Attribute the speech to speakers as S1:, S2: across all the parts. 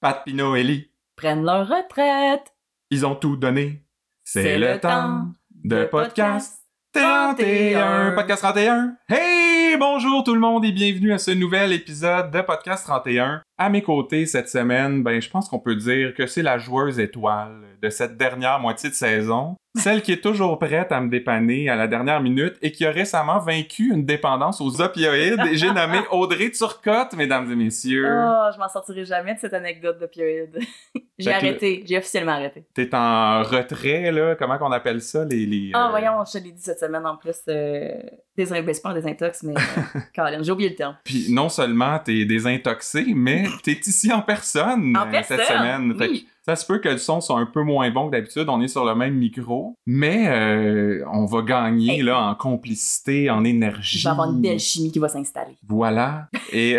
S1: Pat pis Noélie,
S2: Prennent leur retraite.
S1: ils ont tout donné. C'est le temps de podcast 31. Podcast 31. Hey, bonjour tout le monde et bienvenue à ce nouvel épisode de Podcast 31. À mes côtés cette semaine, ben je pense qu'on peut dire que c'est la joueuse étoile de cette dernière moitié de saison, celle qui est toujours prête à me dépanner à la dernière minute et qui a récemment vaincu une dépendance aux opioïdes. Et J'ai nommé Audrey Turcotte, mesdames et messieurs.
S2: Oh, je m'en sortirai jamais de cette anecdote d'opioïde.
S1: Fait
S2: j'ai
S1: que-
S2: arrêté, j'ai officiellement arrêté.
S1: T'es en retrait là, comment qu'on appelle ça les les
S2: Ah,
S1: euh,
S2: voyons, je te l'ai dit cette semaine en plus. Euh, désolé, ben, c'est pas un désintox, mais euh, Colin, j'ai oublié le terme.
S1: Puis non seulement t'es désintoxé, mais t'es ici en personne,
S2: En
S1: euh,
S2: personne,
S1: cette semaine. Fait
S2: oui.
S1: que ça se peut que le son soit un peu moins bon que d'habitude, on est sur le même micro, mais euh, on va gagner
S2: Hey.
S1: là en complicité, en énergie.
S2: Je vais avoir une belle chimie qui va s'installer.
S1: Voilà. Et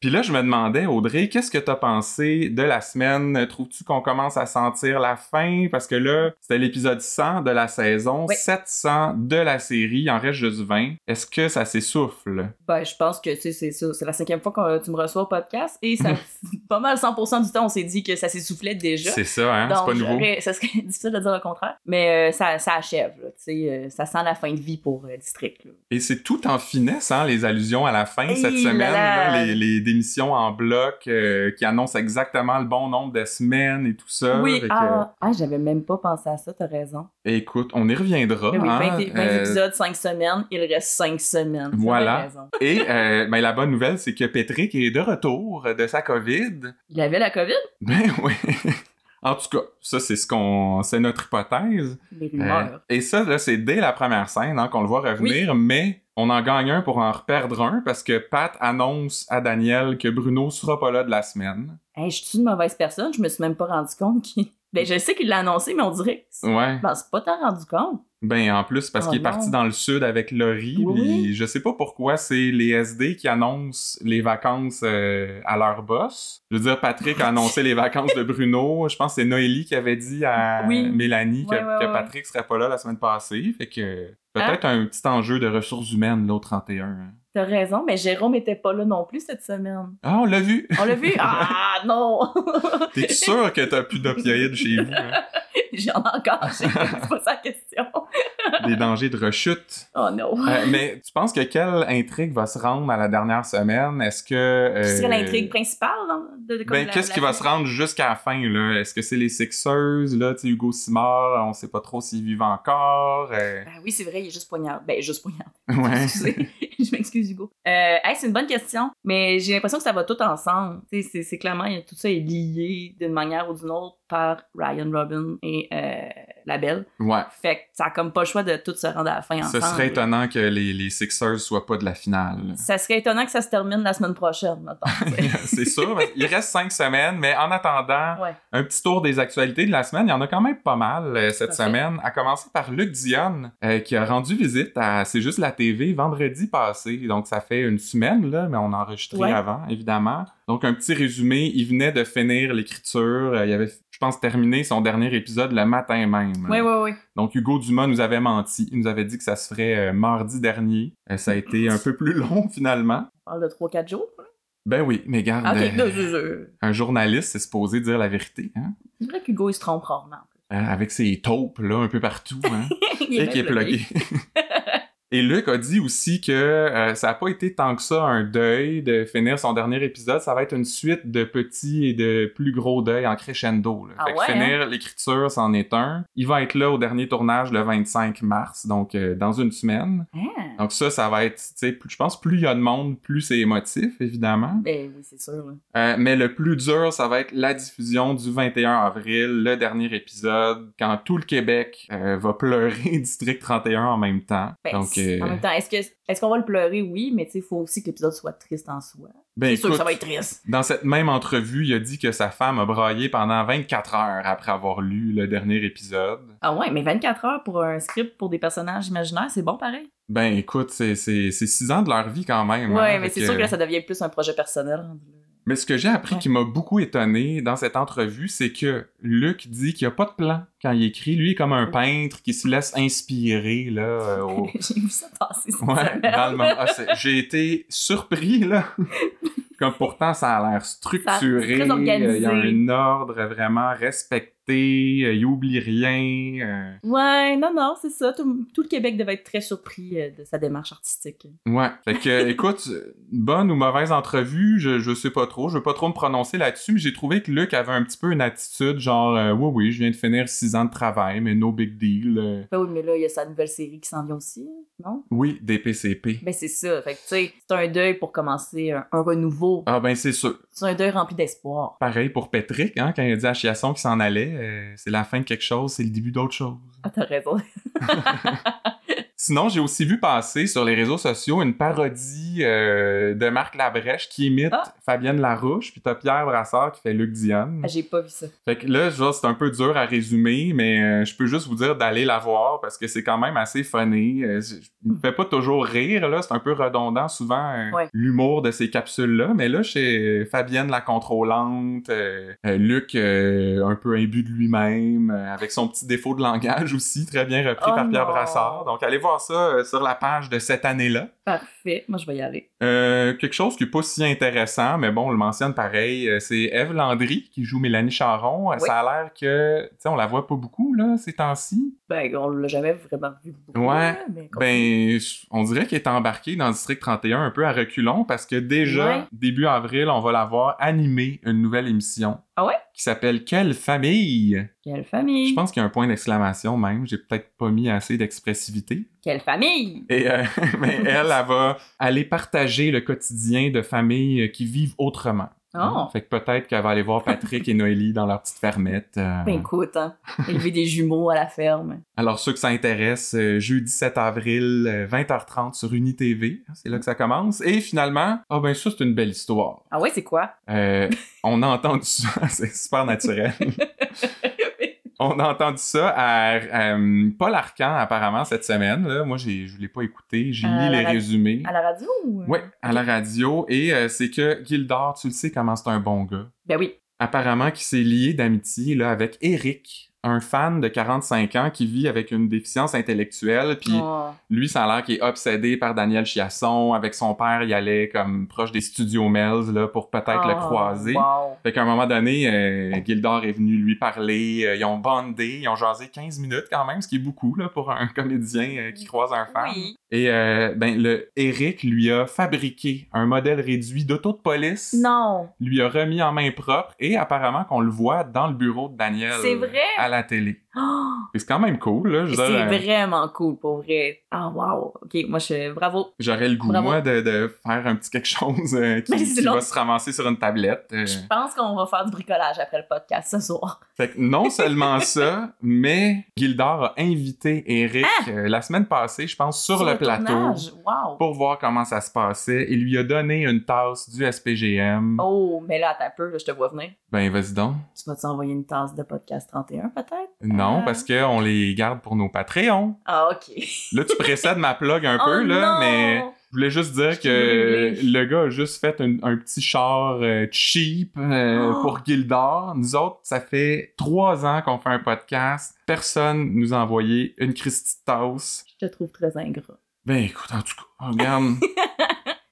S1: puis là, je me demandais, Audrey, qu'est-ce que t'as pensé de la semaine? Trouves-tu qu'on commence à sentir la fin? Parce que là, c'était l'épisode 100 de la saison,
S2: Oui.
S1: 700 de la série, il en reste juste 20. Est-ce que ça s'essouffle?
S2: Ben, je pense que tu sais, c'est ça. C'est la cinquième fois que euh, tu me reçois au podcast et ça, pas mal 100% du temps, on s'est dit que ça s'essoufflait déjà.
S1: C'est ça, hein? C'est
S2: Donc,
S1: pas nouveau.
S2: j'aurais- ça serait difficile de dire le contraire, mais euh, ça, ça achève. là, tu sais, euh, ça sent la fin de vie pour euh, District. là.
S1: Et c'est tout en finesse, hein, les allusions à la fin
S2: Hey
S1: cette semaine,
S2: là là.
S1: là, les, les démissions en bloc euh, qui annoncent exactement le bon nombre de semaines et tout ça.
S2: oui,
S1: Fait que- eh,
S2: ah, ah, j'avais même pas pensé à ça, t'as raison.
S1: Écoute, on y reviendra.
S2: Mais Eh oui, 20,
S1: hein,
S2: vingt
S1: euh,
S2: épisodes, 5 semaines, il reste 5 semaines. T'as
S1: Voilà.
S2: bien raison.
S1: Et euh, ben, la bonne nouvelle, c'est que Patrick est de retour de sa COVID.
S2: Il avait la COVID?
S1: Ben oui. en tout cas, ça c'est ce qu'on, c'est notre hypothèse.
S2: Les
S1: Euh,
S2: rumeurs.
S1: et ça, là, c'est dès la première scène hein, qu'on le voit revenir, mais on en gagne un pour en reperdre un parce que Pat annonce à Daniel que Bruno sera pas là de la semaine.
S2: Hey, je suis une mauvaise personne, je me suis même pas rendu compte qu'il. Ben, je sais qu'il l'a annoncé, mais on dirait que
S1: Ouais.
S2: je m'en suis pas tant rendu compte.
S1: Ben en plus parce
S2: Oh
S1: qu'il est
S2: non.
S1: parti dans le sud avec Laurie,
S2: Oui,
S1: puis
S2: oui.
S1: je sais pas pourquoi c'est les SD qui annoncent les vacances euh, à leur boss. Je veux dire Patrick a annoncé les vacances de Bruno, je pense que c'est Noélie qui avait dit à
S2: Oui.
S1: Mélanie que,
S2: Ouais, ouais, Ah.
S1: que
S2: ouais.
S1: Patrick serait pas là la semaine passée, fait que peut-être un petit enjeu de ressources humaines l'autre 31. hein.
S2: T'as raison, mais Jérôme était pas là non plus cette semaine.
S1: Ah, on l'a vu.
S2: On l'a vu? Ah non!
S1: T'es sûr que t'as plus d'opioïdes chez vous hein?
S2: J'en ai encore, j'ai- c'est pas sa question.
S1: Des dangers de rechute.
S2: Oh non.
S1: Euh, mais tu penses que quelle intrigue va se rendre à la dernière semaine Est-ce que euh,
S2: C'est l'intrigue principale dans- de, de- comme
S1: Ben,
S2: la-
S1: qu'est-ce
S2: la-
S1: qui va se rendre jusqu'à la fin, là? Est-ce que c'est les Sixers, là? Tu sais, Hugo Simard, on sait pas trop s'il vivent encore. euh,
S2: Ben oui, c'est vrai, il est juste poignard. Ben, juste poignard.
S1: Ouais.
S2: Excusez, je m'excuse Hugo. Euh, hey, c'est une bonne question, mais j'ai l'impression que ça va tout ensemble. Tu sais, C'est c'est clairement, il y a- tout ça est lié d'une manière ou d'une autre par Ryan Robin et euh, la belle.
S1: Ouais.
S2: Fait que ça a comme pas le choix de tout se rendre à la fin
S1: Ce
S2: ensemble.
S1: serait étonnant que les, les Sixers soient pas de la finale.
S2: Ça serait étonnant que ça se termine la semaine prochaine, mettons. tu sais.
S1: c'est sûr. parce qu'il Il reste cinq semaines, mais en attendant,
S2: Ouais.
S1: un petit tour des actualités de la semaine. Il y en a quand même pas mal euh, cette
S2: Parfait.
S1: semaine. À commencer par Luc Dionne, euh, qui a rendu visite à C'est juste la TV vendredi passé. Donc, ça fait une semaine, là, mais on a enregistré
S2: Ouais.
S1: avant, évidemment. Donc, un petit résumé. Il venait de finir l'écriture. Euh, il avait, je pense, terminé son dernier épisode le matin même.
S2: Oui, oui, oui.
S1: Donc, Hugo Dumas nous avait menti. Il nous avait dit que ça se ferait euh, mardi dernier. Euh, ça a été un peu plus long, finalement.
S2: On parle de 3-4 jours. là.
S1: Ben oui, mais garde.
S2: Ah,
S1: euh,
S2: Ok, deux, deux, deux.
S1: un journaliste, c'est supposé dire la vérité, hein?
S2: C'est vrai qu'Hugo, il se trompe rarement.
S1: Euh, avec ses taupes, là, un peu partout, hein?
S2: il
S1: et qui est
S2: bien plugué.
S1: plugué. Et Luc a dit aussi que euh, ça n'a pas été tant que ça un deuil de finir son dernier épisode. Ça va être une suite de petits et de plus gros deuils en crescendo. là.
S2: Ah
S1: fait que
S2: ouais,
S1: finir l'écriture, c'en est un. Il va être là au dernier tournage le 25 mars, donc euh, dans une semaine.
S2: Ah,
S1: Donc ça, ça va être, tu sais, plus- je pense, plus il y a de monde, plus c'est émotif, évidemment.
S2: ben oui, c'est sûr. là.
S1: Euh, mais le plus dur, ça va être la diffusion du 21 avril, le dernier épisode, quand tout le Québec euh, va pleurer District 31 en même temps.
S2: Ben,
S1: Donc, euh,
S2: En même temps, est-ce que est-ce qu'on va le pleurer? Oui, mais tu sais, il faut aussi que l'épisode soit triste en soi.
S1: ben,
S2: c'est sûr que ça
S1: écoute,
S2: va être triste.
S1: dans cette même entrevue, il a dit que sa femme a braillé pendant 24 heures après avoir lu le dernier épisode.
S2: Ah ouais, mais 24 heures pour un script pour des personnages imaginaires, c'est bon pareil.
S1: Ben écoute, c'est c'est- c'est six ans de leur vie quand même.
S2: ouais,
S1: hein,
S2: mais
S1: fait
S2: c'est
S1: que-
S2: sûr que là, ça devient plus un projet personnel. hein,
S1: Mais ce que j'ai appris
S2: Ouais.
S1: qui m'a beaucoup étonné dans cette entrevue, c'est que Luc dit qu'il n'y a pas de plan quand il écrit. Lui, il est comme
S2: Mm.
S1: un peintre qui se laisse inspirer là, euh, au,
S2: J'ai vu ça passer cette
S1: Ouais, bah.
S2: semaine.
S1: dans le moment. Ah, c'est- J'ai été surpris, là. Comme pourtant, ça a l'air structuré.
S2: Ça- très organisé.
S1: euh, Il y a un ordre vraiment respecté. euh, Il oublie rien. euh,
S2: Ouais, non, non, c'est ça. Tout, tout le Québec devait être très surpris euh, de sa démarche artistique.
S1: Ouais. Fait que, écoute, bonne ou mauvaise entrevue, je, je sais pas trop. Je veux pas trop me prononcer là-dessus, mais j'ai trouvé que Luc avait un petit peu une attitude genre, euh, oui, oui, je viens de finir six ans de travail, mais no big deal. euh,
S2: Ben oui, mais là, il y a sa nouvelle série qui s'en vient aussi, hein, non?
S1: oui, des PCP.
S2: Ben c'est ça. Fait que, tu sais, c'est un deuil pour commencer un, un renouveau.
S1: Ah ben c'est sûr.
S2: C'est un deuil rempli d'espoir.
S1: Pareil pour Patrick, hein, quand il a dit à Chiasson qu'il s'en allait, euh, c'est la fin de quelque chose, c'est le début d'autre chose.
S2: Ah, t'as raison.
S1: Sinon, j'ai aussi vu passer sur les réseaux sociaux une parodie euh, de Marc Labrèche qui imite
S2: Ah.
S1: Fabienne Larouche, puis t'as Pierre Brassard qui fait Luc Dionne.
S2: Ah, J'ai pas vu ça.
S1: Fait que là, genre, c'est un peu dur à résumer, mais euh, je peux juste vous dire d'aller la voir parce que c'est quand même assez funny. Euh, je je me fais pas toujours rire, là. C'est un peu redondant, souvent, euh,
S2: Ouais.
S1: l'humour de ces capsules-là. Mais là, chez Fabienne la contrôlante, euh, euh, Luc euh, un peu imbu de lui-même, euh, avec son petit défaut de langage aussi, très bien repris
S2: Oh
S1: par Pierre
S2: non.
S1: Brassard. Donc, allez voir ça euh, sur la page de cette année-là.
S2: Parfait. Moi, je vais y aller.
S1: Euh, quelque chose qui n'est pas si intéressant, mais bon, on le mentionne pareil, euh, c'est Eve Landry qui joue Mélanie Charon. Euh,
S2: Oui.
S1: Ça a l'air que, tu sais, on la voit pas beaucoup, là, ces temps-ci.
S2: Ben, on l'a jamais vraiment vu beaucoup.
S1: Ouais,
S2: là, mais
S1: Ben, je- on dirait qu'elle est embarquée dans le District 31 un peu à reculons parce que déjà,
S2: Ouais.
S1: début avril, on va la voir animer une nouvelle émission.
S2: Ah ouais?
S1: Qui s'appelle Quelle famille?
S2: Quelle famille!
S1: Je pense qu'il y a un point d'exclamation même. J'ai peut-être pas mis assez d'expressivité.
S2: Quelle famille!
S1: Et euh, mais elle, elle va aller partager le quotidien de familles qui vivent autrement.
S2: Oh!
S1: Hein? Fait que peut-être qu'elle va aller voir Patrick et Noélie dans leur petite fermette. euh.
S2: Ben écoute, hein, élever des jumeaux à la ferme.
S1: Alors, ceux que ça intéresse, euh, jeudi 7 avril, euh, 20h30 sur UniTV. hein, C'est là que ça commence. Et finalement, ah ben ça, c'est une belle histoire.
S2: Ah ouais, c'est quoi?
S1: Euh, on a entendu ça, c'est super naturel. On a entendu ça à, à, euh, Paul Arcan, apparemment, cette semaine. là. Moi, j'ai- je ne l'ai pas écouté. J'ai
S2: À
S1: lu
S2: la
S1: les
S2: radio-
S1: résumés.
S2: à la radio? ou-
S1: Oui, à la radio. Et euh, c'est que Gildor, tu le sais comment c'est un bon gars.
S2: Ben oui.
S1: apparemment qui s'est lié d'amitié là, avec Eric, un fan de 45 ans qui vit avec une déficience intellectuelle. Puis
S2: Oh.
S1: lui, ça a l'air qu'il est obsédé par Daniel Chiasson. Avec son père, il allait comme proche des studios Melz là, pour peut-être le
S2: Oh,
S1: croiser.
S2: wow.
S1: Fait qu'à un moment donné, euh, Gildor est venu lui parler. euh, ils ont bondé, ils ont jasé 15 minutes quand même, ce qui est beaucoup là, pour un comédien euh, qui croise un fan.
S2: Oui.
S1: Et euh, ben, le Eric lui a fabriqué un modèle réduit d'auto de police
S2: Non.
S1: lui a remis en main propre et apparemment qu'on le voit dans le bureau de Daniel
S2: C'est vrai?
S1: à la télé.
S2: Oh,
S1: Et C'est quand même cool, là. Je veux
S2: c'est
S1: dire, euh,
S2: vraiment cool, pour vrai. Ah wow. OK, moi, je... Bravo.
S1: J'aurais le goût,
S2: Bravo.
S1: moi, de, de faire un petit quelque chose euh, qui,
S2: Mais c'est
S1: qui
S2: long.
S1: va se ramasser sur une tablette. euh.
S2: Je pense qu'on va faire du bricolage après le podcast ce soir.
S1: Fait que non seulement ça, mais Gildor a invité Eric euh, la semaine passée, je pense, sur, le, plateau
S2: Ah! tournage. Wow.
S1: pour voir comment ça se passait. Il lui a donné une tasse du SPGM.
S2: Oh, mais là, attends un peu, là, je te vois venir.
S1: Ben, vas-y donc.
S2: Tu vas-tu envoyer une tasse de podcast 31, peut-être?
S1: Non,
S2: Ah.
S1: parce qu'on les garde pour nos Patreons.
S2: Ah, OK.
S1: Là, tu précèdes ma plug un peu,
S2: Oh,
S1: là,
S2: non!
S1: mais... Je voulais juste
S2: Je
S1: dire
S2: suis
S1: que
S2: brûlée.
S1: le gars a juste fait un, un petit char euh, cheap euh,
S2: Oh.
S1: pour Gildor. Nous autres, ça fait trois ans qu'on fait un podcast. Personne nous a envoyé une Christie de tasse.
S2: Je te trouve très ingrat.
S1: Ben écoute, en tout cas, regarde.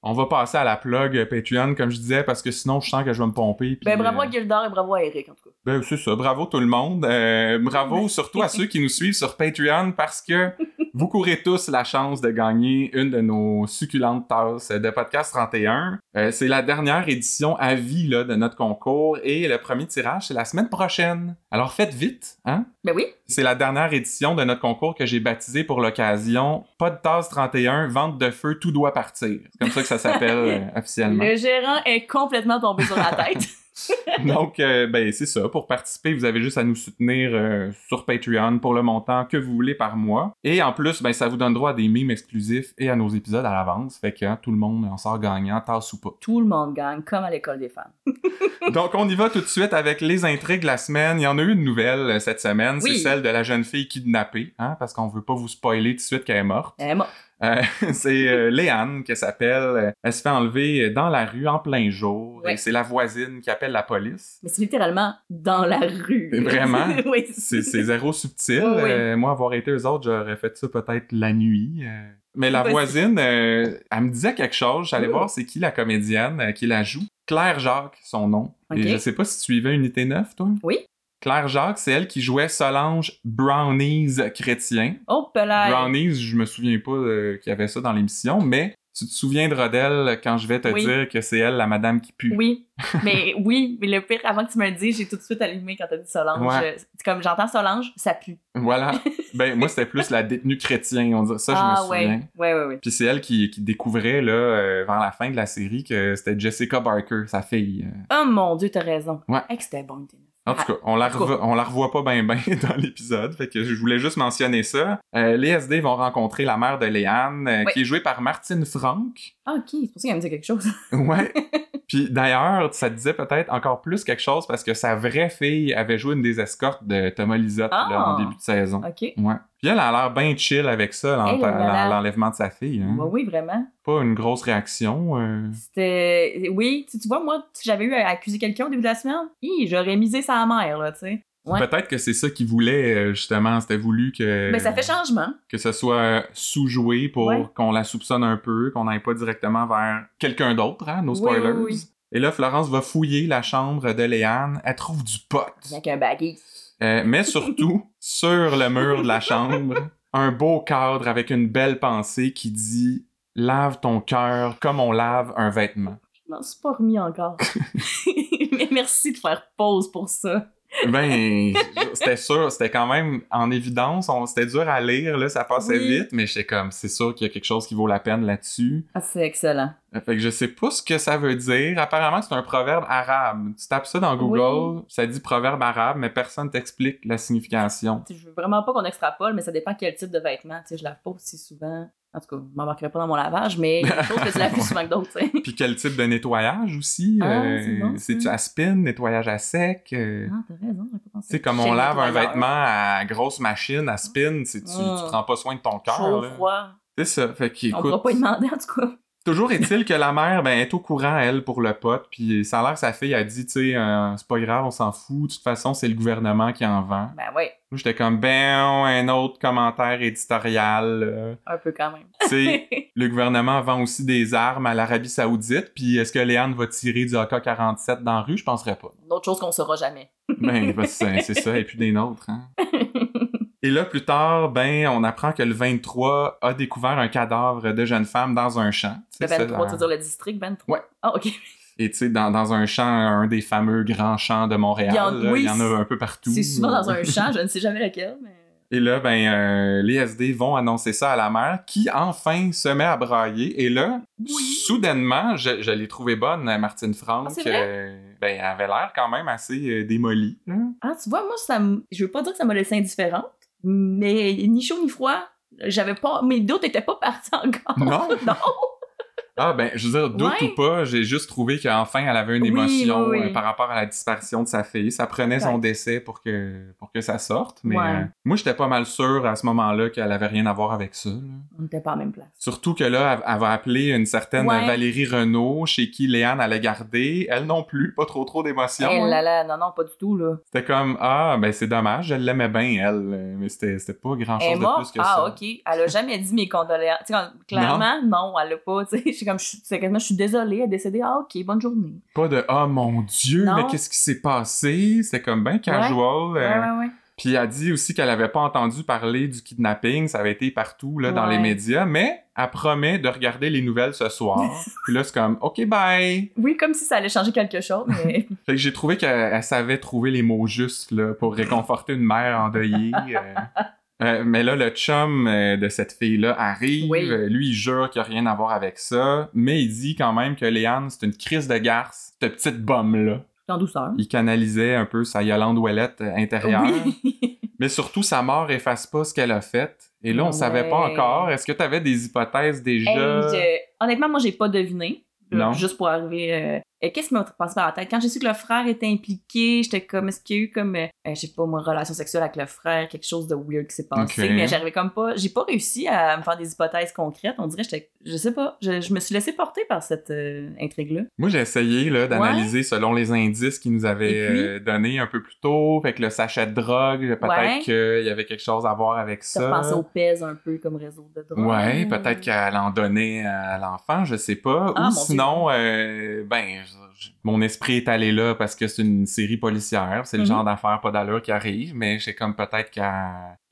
S1: On va passer à la plug euh, Patreon, comme je disais, parce que sinon, je sens que je vais me pomper. puis,
S2: Ben, bravo
S1: euh,
S2: à Gildor et bravo à Eric, en tout cas.
S1: ben, c'est ça. Bravo tout le monde. Euh, bravo surtout à ceux qui nous suivent sur Patreon parce que vous courez tous la chance de gagner une de nos succulentes tasses de Podcast 31. Euh, c'est la dernière édition à vie là, de notre concours et le premier tirage, c'est la semaine prochaine. Alors faites vite, hein?
S2: Ben oui.
S1: C'est la dernière édition de notre concours que j'ai baptisé pour l'occasion. Pas de tasse 31, vente de feu, tout doit partir. C'est comme ça que ça s'appelle euh, officiellement.
S2: Le gérant est complètement tombé sur la tête.
S1: Donc, euh, ben, c'est ça. Pour participer, vous avez juste à nous soutenir euh, sur Patreon pour le montant que vous voulez par mois. Et en plus, ben, ça vous donne droit à des mimes exclusifs et à nos épisodes à l'avance. Fait que hein, tout le monde en sort gagnant, tasse ou pas.
S2: Tout le monde gagne, comme à l'école des femmes.
S1: Donc, on y va tout de suite avec les intrigues de la semaine. Il y en a eu une nouvelle euh, cette semaine. C'est
S2: Oui.
S1: celle de la jeune fille kidnappée, hein, parce qu'on veut pas vous spoiler tout de suite qu'elle est morte.
S2: Eh, moi,
S1: Euh, c'est euh, Léane qui s'appelle. Euh, Elle se fait enlever dans la rue en plein jour.
S2: Ouais.
S1: Et c'est la voisine qui appelle la police.
S2: mais c'est littéralement dans la rue.
S1: Vraiment?
S2: oui.
S1: c'est, c'est zéro subtil.
S2: Oui, oui.
S1: Euh, moi, avoir été eux autres, j'aurais fait ça peut-être la nuit. euh. Mais la
S2: Possible.
S1: voisine, euh, elle me disait quelque chose. J'allais
S2: Ouh.
S1: voir c'est qui la comédienne euh, qui la joue. Claire Jacques, son nom.
S2: Ok.
S1: Et je sais pas si tu suivais Unité 9, toi.
S2: Oui.
S1: Claire Jacques, c'est elle qui jouait Solange Brownies chrétien.
S2: Oh, pelaille!
S1: Brownies, je me souviens pas euh, qu'il y avait ça dans l'émission, mais tu te souviendras d'elle quand je vais te
S2: Oui.
S1: dire que c'est elle la madame qui pue.
S2: Oui, mais oui, mais le pire, avant que tu me le dises, j'ai tout de suite allumé quand t'as dit Solange.
S1: Ouais.
S2: C'est Comme j'entends Solange, ça pue.
S1: Voilà. ben moi c'était plus la détenue chrétienne, on dirait ça, je me souviens.
S2: Ah, ouais. Ouais, ouais, ouais.
S1: Puis c'est elle qui, qui découvrait là euh, vers la fin de la série que c'était Jessica Barker, sa fille. Euh,
S2: Oh mon dieu, t'as raison.
S1: Ouais.
S2: Hey, que c'était bon, Tina.
S1: En tout cas, on la, revo- on la revoit pas bien ben dans l'épisode, fait que je voulais juste mentionner ça. Euh, les SD vont rencontrer la mère de Léane, euh,
S2: Oui.
S1: qui est jouée par Martine Franck.
S2: Ah, ok, c'est pour ça qu'elle me dit quelque chose.
S1: Ouais. Puis d'ailleurs, ça disait peut-être encore plus quelque chose parce que sa vraie fille avait joué une des escortes de Thomas Lisotte
S2: Ah!
S1: là, en début de saison.
S2: Ok. Ouais,
S1: Ouais. Puis elle a l'air bien chill avec ça, l'en-
S2: Elle, elle a l'air-
S1: l'enlèvement de sa fille. hein.
S2: Bah oui, vraiment.
S1: Pas une grosse réaction. euh.
S2: C'était. Oui, tu, tu vois, moi, si j'avais eu à accuser quelqu'un au début de la semaine, hi, j'aurais misé sa mère, là, tu sais. Ouais.
S1: Peut-être que c'est ça qu'il voulait, euh, justement. C'était voulu que,
S2: Mais ça fait changement.
S1: que ce soit sous-joué pour
S2: Ouais.
S1: qu'on la soupçonne un peu, qu'on n'aille pas directement vers quelqu'un d'autre, hein, nos
S2: Oui,
S1: spoilers.
S2: oui, oui.
S1: Et là, Florence va fouiller la chambre de Léane. Elle trouve du pot.
S2: Avec un baggy.
S1: Euh, mais surtout, sur le mur de la chambre, un beau cadre avec une belle pensée qui dit Lave ton cœur comme on lave un vêtement.
S2: Je m'en suis pas remis encore. mais merci de faire pause pour ça.
S1: Ben, c'était sûr, c'était quand même en évidence, on- c'était dur à lire, là, ça passait
S2: Oui.
S1: vite, mais j'étais comme, c'est sûr qu'il y a quelque chose qui vaut la peine là-dessus.
S2: Ah, c'est excellent.
S1: Euh, Fait que je sais pas ce que ça veut dire. Apparemment, c'est un proverbe arabe. Tu tapes ça dans Google, ça dit proverbe arabe, mais personne t'explique la signification.
S2: Tu sais, Je veux vraiment pas qu'on extrapole, mais ça dépend quel type de vêtements. Tu sais, je lave pas aussi souvent. En tout cas, je m'embarquerai pas dans mon lavage, mais il y a des choses que tu laves plus souvent que d'autres, tu sais.
S1: Puis quel type de nettoyage aussi?
S2: Ah,
S1: euh,
S2: c'est bon, ça.
S1: C'est-tu à spin, nettoyage à sec? euh,
S2: Ah, t'as raison, j'ai pas pensé.
S1: Tu sais, comme
S2: Chez
S1: on
S2: le
S1: lave un
S2: nettoyeur.
S1: vêtement à grosse machine, à spin, c'est- tu,
S2: Ah.
S1: tu prends pas soin de ton cœur.
S2: Chaud,
S1: là.
S2: froid.
S1: C'est ça. Fait
S2: On
S1: qu'écoute,
S2: pourra pas y demander, en tout cas.
S1: toujours est-il que la mère ben, est au courant, elle, pour le pote. Puis ça a l'air que sa fille a dit, tu sais, euh, c'est pas grave, on s'en fout. De toute façon, c'est le gouvernement qui en vend.
S2: Ben ouais,
S1: Moi, j'étais comme, ben, un autre commentaire éditorial. euh.
S2: un peu quand même.
S1: tu sais, le gouvernement vend aussi des armes à l'Arabie Saoudite. Puis est-ce que Léane va tirer du AK-47 dans la rue? Je penserais pas.
S2: D'autres choses qu'on saura jamais.
S1: Ben, parce que c'est c'est ça, et puis des nôtres, hein. Et là, plus tard, ben, on apprend que le 23 a découvert un cadavre de jeune femme dans un champ.
S2: Le
S1: Tu sais,
S2: 23, tu
S1: ça,
S2: veux dire le district 23?
S1: Ouais.
S2: Ah, ok.
S1: Et tu sais, dans, dans un champ, un des fameux grands champs de Montréal,
S2: Il y en-
S1: là,
S2: oui,
S1: il y en a un peu partout.
S2: C'est souvent dans un champ, je ne sais jamais lequel, mais.
S1: Et là, ben, euh, les SD vont annoncer ça à la mère, qui enfin se met à brailler. Et là, soudainement, je, je l'ai trouvée bonne, Martine Franck.
S2: Ah, c'est vrai?
S1: euh, ben, elle avait l'air quand même assez euh, démolie. là.
S2: Ah, tu vois, moi, ça me- je veux pas dire que ça m'a laissé indifférente, mais ni chaud ni froid, j'avais pas. Mes doutes étaient pas partis encore.
S1: Non?
S2: non!
S1: Ah ben, je veux dire, doute
S2: Ouais.
S1: ou pas, j'ai juste trouvé qu'enfin elle avait une
S2: Oui,
S1: émotion
S2: oui, oui.
S1: euh, par rapport à la disparition de sa fille. Ça prenait son
S2: Ouais.
S1: décès pour que pour que ça sorte, mais
S2: Ouais.
S1: euh, moi j'étais pas mal sûr à ce moment-là qu'elle avait rien à voir avec ça. là.
S2: On n'était pas à la même place.
S1: Surtout que là, elle, elle va appeler une certaine
S2: Ouais.
S1: Valérie Renault, chez qui Léane allait garder. Elle non plus, pas trop trop d'émotion.
S2: Eh
S1: hein.
S2: là là, non, non, pas du tout, là.
S1: C'était comme ah ben c'est dommage, elle l'aimait bien elle, mais c'était c'était pas grand
S2: Elle est
S1: chose de plus
S2: morte?
S1: que
S2: Ah,
S1: ça.
S2: ok. Elle a jamais dit mes condoléances. Tu sais, quand- clairement, non, elle l'a pas. Tu sais, je suis comme, je suis- c'est quasiment, je suis désolée, elle est décédée. Ah, ok, bonne journée.
S1: Pas de ah mon Dieu,
S2: Non.
S1: mais qu'est-ce qui s'est passé C'était comme ben casual.
S2: Ouais,
S1: euh,
S2: ouais, ouais.
S1: Puis elle dit aussi qu'elle n'avait pas entendu parler du kidnapping, ça avait été partout là, dans
S2: Ouais.
S1: les médias, mais elle promet de regarder les nouvelles ce soir. Puis là, c'est comme OK, bye!
S2: Oui, comme si ça allait changer quelque chose, mais.
S1: Fait que j'ai trouvé qu'elle elle savait trouver les mots justes là, pour réconforter une mère endeuillée. euh. Euh, mais là, le chum euh, de cette fille-là arrive.
S2: Oui.
S1: Euh, Lui, il jure qu'il n'y a rien à voir avec ça. Mais il dit quand même que Léane, c'est une crise de garce, cette petite bombe-là.
S2: en douceur.
S1: Il canalisait un peu sa Yolande Ouellette euh, intérieure.
S2: Oui.
S1: Mais surtout, sa mort efface pas ce qu'elle a fait. Et là, on
S2: Ah Ouais.
S1: savait pas encore. Est-ce que tu avais des hypothèses
S2: Hey,
S1: déjà?
S2: je- Honnêtement, moi, j'ai pas deviné.
S1: Non.
S2: Juste pour arriver. euh, euh, Qu'est-ce qui m'a passé par la tête? Quand j'ai su que le frère était impliqué, j'étais comme, est-ce qu'il y a eu comme, euh, euh, je sais pas, moi, relation sexuelle avec le frère, quelque chose de weird qui s'est passé,
S1: Ok.
S2: mais j'arrivais comme pas, j'ai pas réussi à me faire des hypothèses concrètes. On dirait, que j'étais, je sais pas, je, je me suis laissé porter par cette euh, intrigue-là.
S1: Moi, j'ai essayé là, d'analyser selon les indices qu'ils nous avaient
S2: Et puis?
S1: euh, donnés un peu plus tôt. Fait que le sachet de drogue,
S2: Ouais.
S1: peut-être qu'il y avait quelque chose à voir avec
S2: Ça
S1: ça.
S2: pensé au PES un peu comme réseau de drogue.
S1: Ouais, peut-être qu'elle en donnait à l'enfant, je sais pas.
S2: Ah,
S1: Ou
S2: mon Dieu.
S1: sinon, euh, ben, je- je- mon esprit est allé là parce que c'est une série policière. C'est le
S2: Mhm.
S1: genre d'affaires pas d'allure qui arrive, mais j'ai comme peut-être qu'elle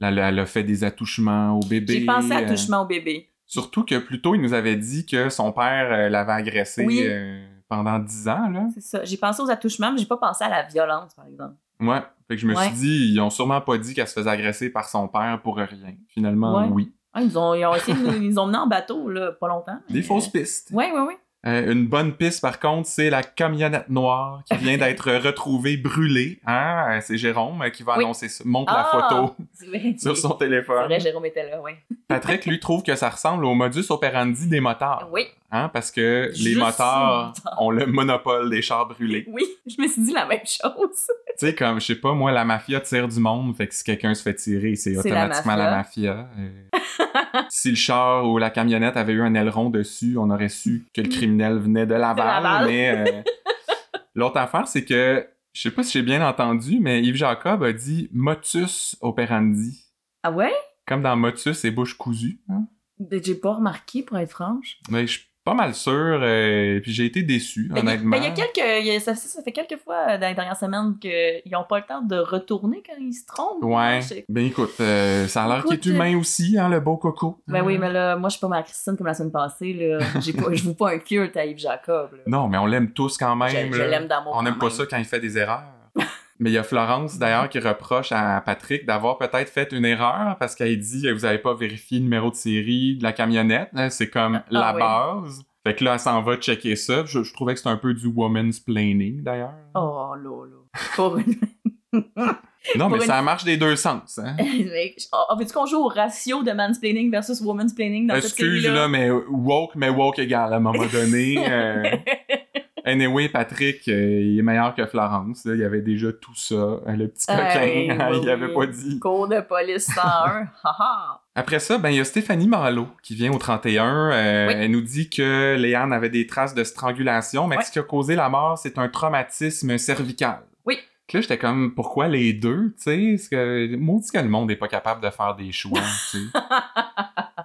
S1: elle a- elle a fait des attouchements au bébé.
S2: J'ai pensé à
S1: euh,
S2: touchement au bébé.
S1: Surtout que plus tôt, il nous avait dit que son père euh, l'avait agressé
S2: Oui.
S1: euh, pendant 10 ans, là.
S2: C'est ça. J'ai pensé aux attouchements, mais j'ai pas pensé à la violence, par exemple.
S1: Ouais. Fait que je me
S2: Ouais.
S1: suis dit, ils ont sûrement pas dit qu'elle se faisait agresser par son père pour rien. Finalement,
S2: Ouais.
S1: oui.
S2: Ah, ils, nous ont, ils ont essayé de nous, ils nous ont menés en bateau, là, pas longtemps.
S1: Des
S2: mais-
S1: fausses pistes.
S2: Euh, Ouais, ouais, ouais.
S1: Euh, une bonne piste, par contre, c'est la camionnette noire qui vient d'être retrouvée brûlée. Hein? Euh, C'est Jérôme euh, qui va
S2: Oui.
S1: annoncer ça. Montre
S2: Ah!
S1: la photo
S2: C'est vrai.
S1: sur son
S2: C'est
S1: téléphone.
S2: vrai, Jérôme était là, ouais.
S1: Patrick, lui, trouve que ça ressemble au modus operandi des motards.
S2: Oui,
S1: Hein? Parce que les
S2: Juste
S1: motards
S2: les motards.
S1: ont le monopole des chars brûlés.
S2: oui, je me suis dit la même chose.
S1: Tu sais, comme, je sais pas, moi, la mafia tire du monde, fait que si quelqu'un se fait tirer, c'est
S2: C'est
S1: automatiquement
S2: la
S1: la mafia. Euh, si le char ou la camionnette avait eu un aileron dessus, on aurait su que le criminel venait de Laval,
S2: De Laval.
S1: mais... euh, L'autre affaire, c'est que, je sais pas si j'ai bien entendu, mais Yves Jacob a dit « motus operandi
S2: Ah ouais? ».
S1: Comme dans Motus et Bouche cousue. hein.
S2: Ben, J'ai pas remarqué, pour être franche.
S1: Mais je suis pas mal sûr, euh, puis j'ai été déçu,
S2: Ben, il-
S1: honnêtement.
S2: ben, il y a quelques, il y a- ça, ça fait quelques fois euh, dans les dernières semaines qu'ils ont pas le temps de retourner quand ils se trompent. Hein,
S1: Ouais.
S2: Je-
S1: Ben écoute, euh, ça a l'air qu'il est
S2: Écoute,
S1: humain aussi, hein, le beau coco.
S2: Ben oui, mais là, moi, je suis pas ma Christine comme la semaine passée, là. J'ai pas, je vous pas un culte à Yves Jacob, là.
S1: Non, mais on l'aime tous quand
S2: Je-
S1: même.
S2: je
S1: là.
S2: l'aime d'amour.
S1: On
S2: quand
S1: n'aime pas
S2: même.
S1: ça quand il fait des erreurs. mais il y a Florence, d'ailleurs, qui reproche à Patrick d'avoir peut-être fait une erreur parce qu'elle dit Vous avez pas vérifié le numéro de série de la camionnette. Là, C'est comme la
S2: Ah, oui.
S1: base. Fait que là, elle s'en va checker ça. Je, je trouvais que c'était un peu du woman's planning, d'ailleurs.
S2: Oh, là, là. Pour une...
S1: non,
S2: pour
S1: mais
S2: une-
S1: ça marche des deux sens. Hein?
S2: Ah, veux-tu qu'on joue au ratio de mansplaining versus womansplaining dans cette
S1: Excuse,
S2: série-là?
S1: là, mais woke, mais woke égal à un moment donné. euh, Anyway, Patrick, euh, il est meilleur que Florence. là. Il y avait déjà tout ça. Euh, Le petit coquin,
S2: Hey,
S1: hein,
S2: oui,
S1: il avait
S2: oui.
S1: pas dit.
S2: Cours de police 101. Haha.
S1: Après ça, ben, il y a Stéphanie Malo qui vient au 31. Euh,
S2: Oui.
S1: Elle nous dit que Léane avait des traces de strangulation, mais
S2: Ouais.
S1: ce qui a causé la mort, c'est un traumatisme cervical.
S2: Oui.
S1: Puis Là, j'étais comme, pourquoi les deux, tu sais? Est-ce que, maudit que le monde n'est pas capable de faire des choix, tu sais.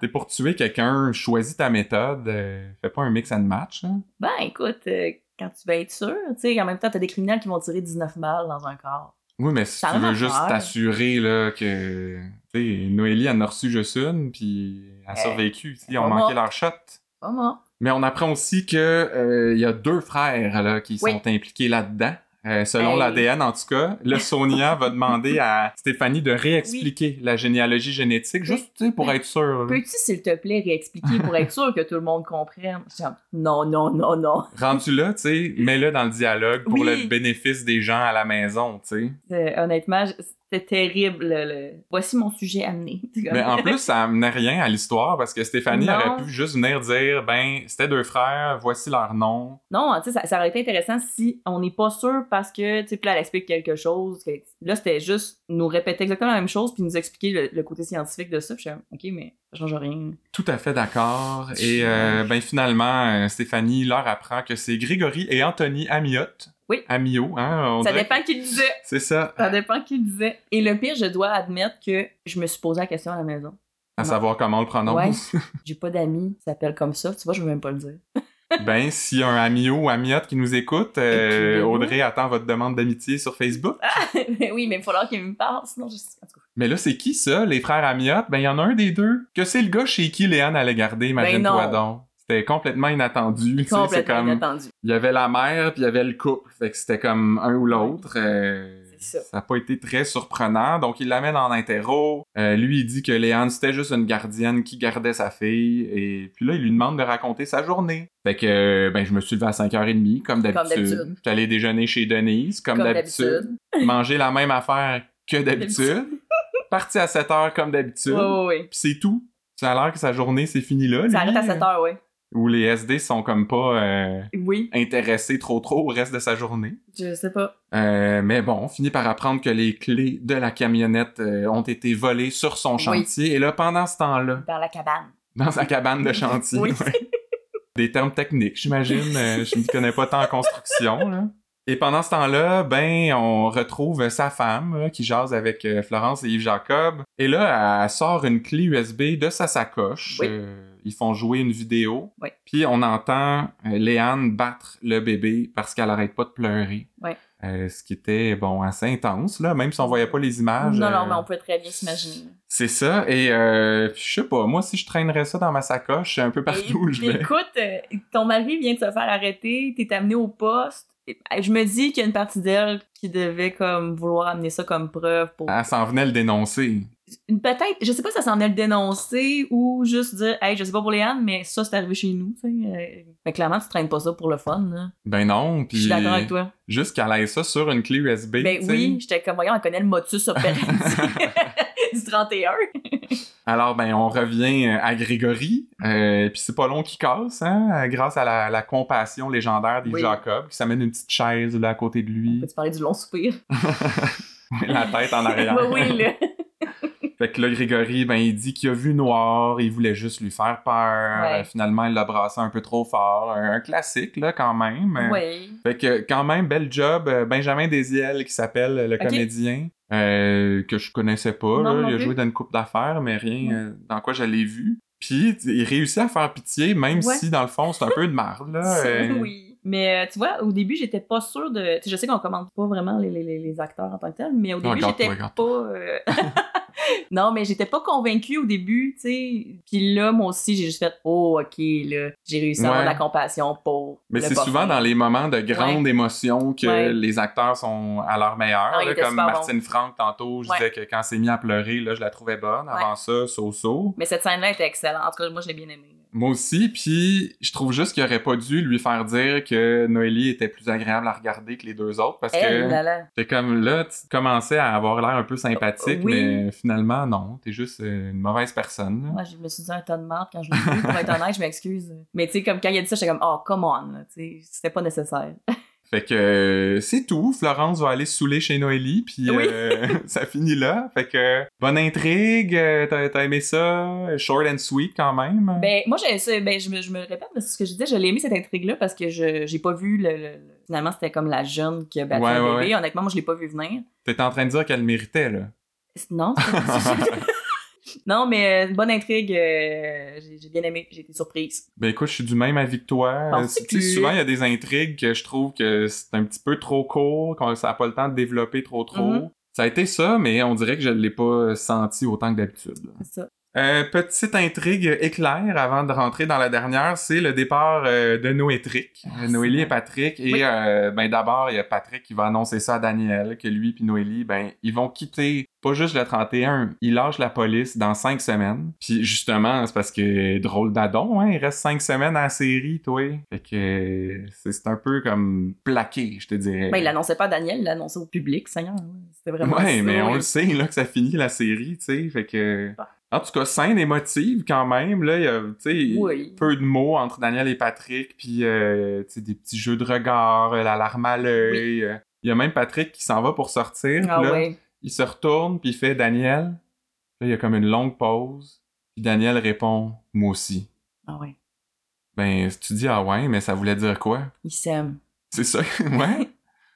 S1: T'es pour tuer quelqu'un, choisis ta méthode, euh, fais pas un mix and match, hein.
S2: ben, écoute, euh, quand tu vas être sûr, tu sais, en même temps, t'as des criminels qui vont tirer 19 balles dans un corps.
S1: Oui, mais si
S2: Ça
S1: tu
S2: va
S1: veux
S2: m'en
S1: juste
S2: faire.
S1: t'assurer là, que. Tu sais, Noélie en a reçu juste une, puis elle a
S2: Eh,
S1: survécu. Ils
S2: pas
S1: ont manqué
S2: morte.
S1: leur shot.
S2: Pas moi.
S1: Mais on apprend aussi que euh, il y a deux frères là, qui
S2: Oui.
S1: sont impliqués là-dedans. Euh, selon
S2: Hey.
S1: l'ADN, en tout cas, le Sonia va demander à Stéphanie de réexpliquer la généalogie génétique, juste tu sais, pour être sûr. là.
S2: Peux-tu, s'il te plaît, réexpliquer pour être sûr que tout le monde comprenne? Je suis comme, Non, non, non, non.
S1: Rendu là, tu sais, mets-le dans le dialogue pour
S2: Oui.
S1: le bénéfice des gens à la maison, tu sais.
S2: Euh, honnêtement, je- c'était terrible. le- le- Voici mon sujet amené.
S1: Mais en plus, ça amenait rien à l'histoire parce que Stéphanie
S2: Non.
S1: aurait pu juste venir dire ben, c'était deux frères, voici leur nom.
S2: Non, hein, tu sais, ça, ça aurait été intéressant si on n'est pas sûr parce que, tu sais, puis là, elle explique quelque chose. que- là, c'était juste nous répéter exactement la même chose puis nous expliquer le, le côté scientifique de ça. Puis je suis comme, OK, mais ça change rien.
S1: Tout à fait d'accord. Et euh, ben finalement, euh, Stéphanie leur apprend que c'est Grégory et Anthony Amiot.
S2: Oui.
S1: Amio, hein. on
S2: ça
S1: dirait
S2: dépend
S1: que-
S2: qui le disait.
S1: C'est ça.
S2: Ça dépend qui le disait. Et le pire, je dois admettre que je me suis posé la question à la maison.
S1: À
S2: Non.
S1: savoir comment on le prononce.
S2: J'ai pas d'amis qui s'appellent comme ça. Tu vois, je veux même pas le dire.
S1: ben, s'il y a un Amio ou Amiotte qui nous écoute, euh,
S2: Et puis, ben,
S1: Audrey attend votre demande d'amitié sur Facebook.
S2: Ah. Mais oui, mais il va falloir qu'il me parle, sinon je suis. en tout cas.
S1: Mais là, c'est qui ça, les frères Amiotte? Ben, il y en a un des deux. Que c'est le gars chez qui Léane allait garder, imagine-toi
S2: Ben, non.
S1: donc. C'était complètement inattendu. tu sais, C'est
S2: Complètement
S1: comme...
S2: inattendu.
S1: il y avait la mère puis il y avait le couple. Fait que c'était comme un ou l'autre. euh,
S2: C'est ça.
S1: ça n'a pas été très surprenant. Donc, il l'amène en interro. Euh, lui, il dit que Léane, c'était juste une gardienne qui gardait sa fille. Et puis là, il lui demande de raconter sa journée. Fait que, euh, ben, je me suis levé à 5h30, comme d'habitude.
S2: d'habitude.
S1: J'étais allé déjeuner chez Denise, comme,
S2: Comme
S1: d'habitude. Manger la même affaire que d'habitude. Parti à 7h, comme d'habitude.
S2: Oui, oui, oui.
S1: Puis c'est tout. Ça a l'air que sa journée, c'est fini là.
S2: Ça
S1: lui.
S2: arrête à 7 heures, oui.
S1: Ou les SD sont comme pas... euh,
S2: Oui,
S1: intéressé trop trop au reste de sa journée.
S2: je sais pas.
S1: Euh, mais bon, on finit par apprendre que les clés de la camionnette euh, ont été volées sur son
S2: Oui.
S1: chantier. Et là, pendant ce temps-là,
S2: Dans la cabane.
S1: dans sa cabane de chantier,
S2: Oui. Oh, hein.
S1: ouais. des termes techniques, j'imagine. Euh, je ne connais pas tant en construction. Là. Et pendant ce temps-là, ben, on retrouve sa femme euh, qui jase avec euh, Florence et Yves Jacob. Et là, elle sort une clé USB de sa sacoche.
S2: Oui.
S1: Euh, ils font jouer une vidéo.
S2: Oui.
S1: Puis on entend euh, Léane battre le bébé parce qu'elle arrête pas de pleurer.
S2: Oui.
S1: Euh, ce qui était, bon, assez intense, là, même si on voyait pas les images.
S2: non,
S1: euh,
S2: non, mais on peut très bien s'imaginer.
S1: C'est ça. Et euh, je sais pas, moi, si je traînerais ça dans ma sacoche, un peu partout où
S2: Et-
S1: je
S2: puis
S1: vais.
S2: Écoute, euh, ton mari vient de se faire arrêter, t'es amené au poste. Et, euh, Je me dis qu'il y a une partie d'elle qui devait comme vouloir amener ça comme preuve pour
S1: Elle s'en venait le dénoncer.
S2: Une- peut-être, je sais pas si ça s'en est le dénoncer ou juste dire hey, je sais pas pour Léane, mais ça c'est arrivé chez nous, tu sais. euh. Mais clairement, tu traînes pas ça pour le fun, là.
S1: Ben non,
S2: Je suis
S1: puis
S2: d'accord avec toi.
S1: juste qu'elle ait ça sur une clé USB.
S2: Ben
S1: tu sais.
S2: oui, j'étais comme voyons, on connaît le motus operandi du 31.
S1: Mm. Alors, ben, on revient euh, à Grégory, euh, puis c'est pas long qui casse, hein, euh, grâce à la, la compassion légendaire d'Yves
S2: Oui.
S1: Jacob, qui s'amène une petite chaise là à côté de lui,
S2: Peux-tu parler du long soupir?
S1: la tête en arrière.
S2: oui, oui, là.
S1: Fait que là, Grégory, ben, il dit qu'il a vu noir, il voulait juste lui faire peur,
S2: Ouais.
S1: Euh, finalement, il l'a brassé un peu trop fort, un, un classique, là, quand même. Euh,
S2: Oui.
S1: Fait que, quand même, bel job, euh, Benjamin Désiel, qui s'appelle euh, le
S2: Ok.
S1: comédien, euh, que je connaissais pas,
S2: Non,
S1: là.
S2: non
S1: il a
S2: plus.
S1: joué dans une coupe d'affaires, mais rien
S2: Ouais.
S1: euh, dans quoi je l'ai vu. Puis, t- il réussit à faire pitié, même
S2: Ouais.
S1: si, dans le fond, c'est un peu de marde, là.
S2: C'est-
S1: euh,
S2: Oui. Mais euh, tu vois, au début, j'étais pas sûre de. tu sais, je sais qu'on commande pas vraiment les, les- les- les acteurs en tant que tels, mais au début,
S1: regarde-toi,
S2: j'étais pas. euh, non, mais j'étais pas convaincue au début, tu sais. Puis là, moi aussi, j'ai juste fait Oh, ok, là, j'ai réussi à avoir
S1: Ouais.
S2: de la compassion pour.
S1: Mais
S2: le
S1: c'est
S2: parfum.
S1: souvent dans les moments de grande émotion que
S2: Ouais.
S1: les acteurs sont à leur meilleur.
S2: Ah, il
S1: là,
S2: était
S1: comme
S2: super
S1: Martine Franck, tantôt, je
S2: Ouais.
S1: disais que quand c'est mis à pleurer, là, je la trouvais bonne. Avant ça, so-so.
S2: Mais cette scène-là était excellente. En tout cas, moi, je l'ai bien aimée.
S1: Moi aussi, puis je trouve juste qu'il aurait pas dû lui faire dire que Noélie était plus agréable à regarder que les deux autres parce
S2: Elle,
S1: que
S2: là, là.
S1: c'est comme là, tu commençais à avoir l'air un peu sympathique,
S2: Oui.
S1: mais finalement, non, t'es juste euh, une mauvaise personne. là.
S2: Moi, je me suis dit un tas de marde quand je l'ai vu. Pour être honnête, je m'excuse. Mais tu sais, comme quand il a dit ça, j'étais comme Oh, come on, là, tu sais, c'était pas nécessaire.
S1: Fait que euh, c'est tout. Florence va aller saouler chez Noélie, puis
S2: Oui.
S1: euh, ça finit là. Fait que euh, bonne intrigue, euh, t'as t'as aimé ça, short and sweet quand même.
S2: Ben, moi, j'ai ça, ben, je, me, je me répète, mais c'est ce que je disais, je l'ai aimé cette intrigue-là parce que je j'ai pas vu le. le- le- Finalement, c'était comme la jeune qui a battu
S1: Ouais,
S2: un
S1: ouais,
S2: bébé. Honnêtement, moi, je l'ai pas vu venir.
S1: T'étais en train de dire qu'elle méritait, là.
S2: C'est- Non, c'est- Non, mais euh, bonne intrigue. euh, j'ai j'ai bien aimé, j'ai été surprise.
S1: Ben écoute, je suis du même avis que toi. Euh,
S2: Penses-tu
S1: tu sais,
S2: que-
S1: Souvent, il y a des intrigues que je trouve que c'est un petit peu trop court, qu'on ça n'a pas le temps de développer trop trop.
S2: Mhm.
S1: Ça a été ça, mais on dirait que je ne l'ai pas senti autant que d'habitude.
S2: C'est ça.
S1: Euh, petite intrigue éclair avant de rentrer dans la dernière, c'est le départ euh, de Noétric. Euh,
S2: Ah,
S1: Noélie
S2: c'est
S1: et Patrick. Et
S2: Oui.
S1: euh, ben, d'abord, il y a Patrick qui va annoncer ça à Daniel, que lui puis Noélie, ben, ils vont quitter pas juste le 31, ils lâchent la police dans cinq semaines. Puis justement, c'est parce que drôle d'adon, hein, il reste cinq semaines à la série, toi. Fait que euh, c'est c'est un peu comme plaqué, je te dirais.
S2: Ben, il l'annonçait pas à Daniel, il l'annonçait au public, Seigneur. ouais. C'était vraiment.
S1: Ouais,
S2: ça,
S1: mais on
S2: ouais.
S1: le sait là que ça finit la série, tu sais, fait que
S2: Bah.
S1: en tout cas scène émotive quand même là, il y a tu sais
S2: Oui.
S1: peu de mots entre Daniel et Patrick puis euh, tu sais des petits jeux de regard, euh, la larme à l'œil. euh. Il y a même Patrick qui s'en va pour sortir, puis
S2: Ah
S1: là,
S2: ouais.
S1: il se retourne puis il fait Daniel. Là, il y a comme une longue pause, puis Daniel répond moi aussi.
S2: Ah ouais.
S1: Ben tu dis ah ouais, mais ça voulait dire quoi
S2: Il s'aime.
S1: C'est ça Ouais.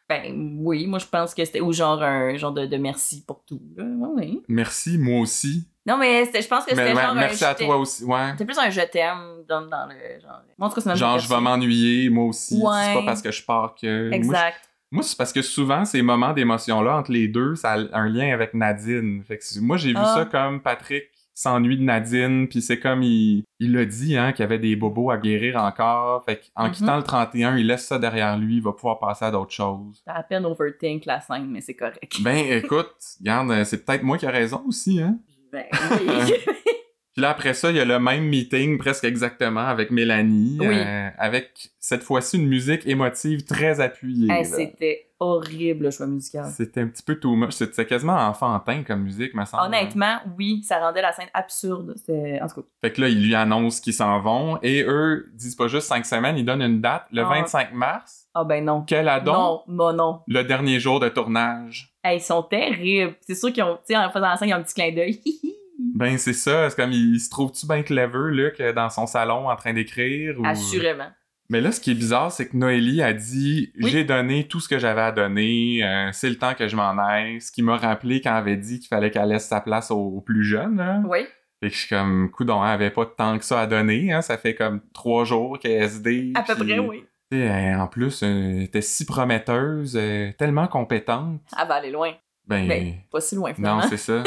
S2: Ben oui, moi je pense que c'était. Ou genre un genre de, de merci pour tout. Là. Ouais, ouais.
S1: Merci moi aussi.
S2: Non, mais c'était- je pense que
S1: Mais,
S2: c'était
S1: ouais,
S2: genre. un
S1: merci à
S2: j'étais-
S1: toi aussi. Ouais.
S2: C'est plus un je t'aime dans, dans le genre. Moi, en tout cas, c'est même
S1: Genre,
S2: pas
S1: je vais m'ennuyer, moi aussi.
S2: Ouais.
S1: C'est pas parce que je pars que. Moi,
S2: Exact.
S1: je- moi, c'est parce que souvent, ces moments d'émotion-là, entre les deux, ça a un lien avec Nadine. Fait que c'est- moi, j'ai vu
S2: Ah.
S1: ça comme Patrick s'ennuie de Nadine, puis c'est comme il il l'a dit, hein, qu'il y avait des bobos à guérir encore. Fait qu'en
S2: Mhm.
S1: quittant le 31, il laisse ça derrière lui, il va pouvoir passer à d'autres choses.
S2: T'as à peine overthink la scène, mais c'est correct.
S1: Ben, écoute, regarde, euh, c'est peut-être moi qui ai raison aussi, hein.
S2: Ben oui.
S1: Puis là, après ça, il y a le même meeting presque exactement avec Mélanie,
S2: Oui.
S1: euh, avec cette fois-ci une musique émotive très appuyée. là.
S2: Hey, C'était horrible le choix musical.
S1: C'était un petit peu too much. C'était quasiment enfantin comme musique, me semble.
S2: Honnêtement, oui, ça rendait la scène absurde. C'était- En tout cas,
S1: Fait que là, ils lui annoncent qu'ils s'en vont et eux disent pas juste cinq semaines, ils donnent une date, le
S2: Ah.
S1: 25 mars.
S2: ah ben non.
S1: Quel adon?
S2: non, moi non.
S1: Le dernier jour de tournage.
S2: Hey, ils sont terribles. C'est sûr qu'ils ont, tu sais, en faisant la scène, ils ont un petit clin d'œil.
S1: Ben, c'est ça. C'est comme, il, il se trouve-tu bien clever, Luc, dans son salon en train d'écrire? Ou...
S2: Assurément.
S1: Mais là, ce qui est bizarre, c'est que Noélie a dit
S2: Oui.
S1: J'ai donné tout ce que j'avais à donner, euh, c'est le temps que je m'en aille. Ce qui m'a rappelé quand elle avait dit qu'il fallait qu'elle laisse sa place aux, aux plus jeunes. Là.
S2: Oui.
S1: Fait que je suis comme, coudon, elle avait pas tant que ça à donner. Hein. Ça fait comme trois jours qu'elle est SD.
S2: À peu
S1: puis,
S2: près, oui.
S1: tu sais, elle, en plus, euh, elle était si prometteuse, euh, tellement compétente.
S2: Elle va aller loin.
S1: Ben,
S2: Ben, Pas si loin,
S1: non,
S2: finalement.
S1: c'est ça.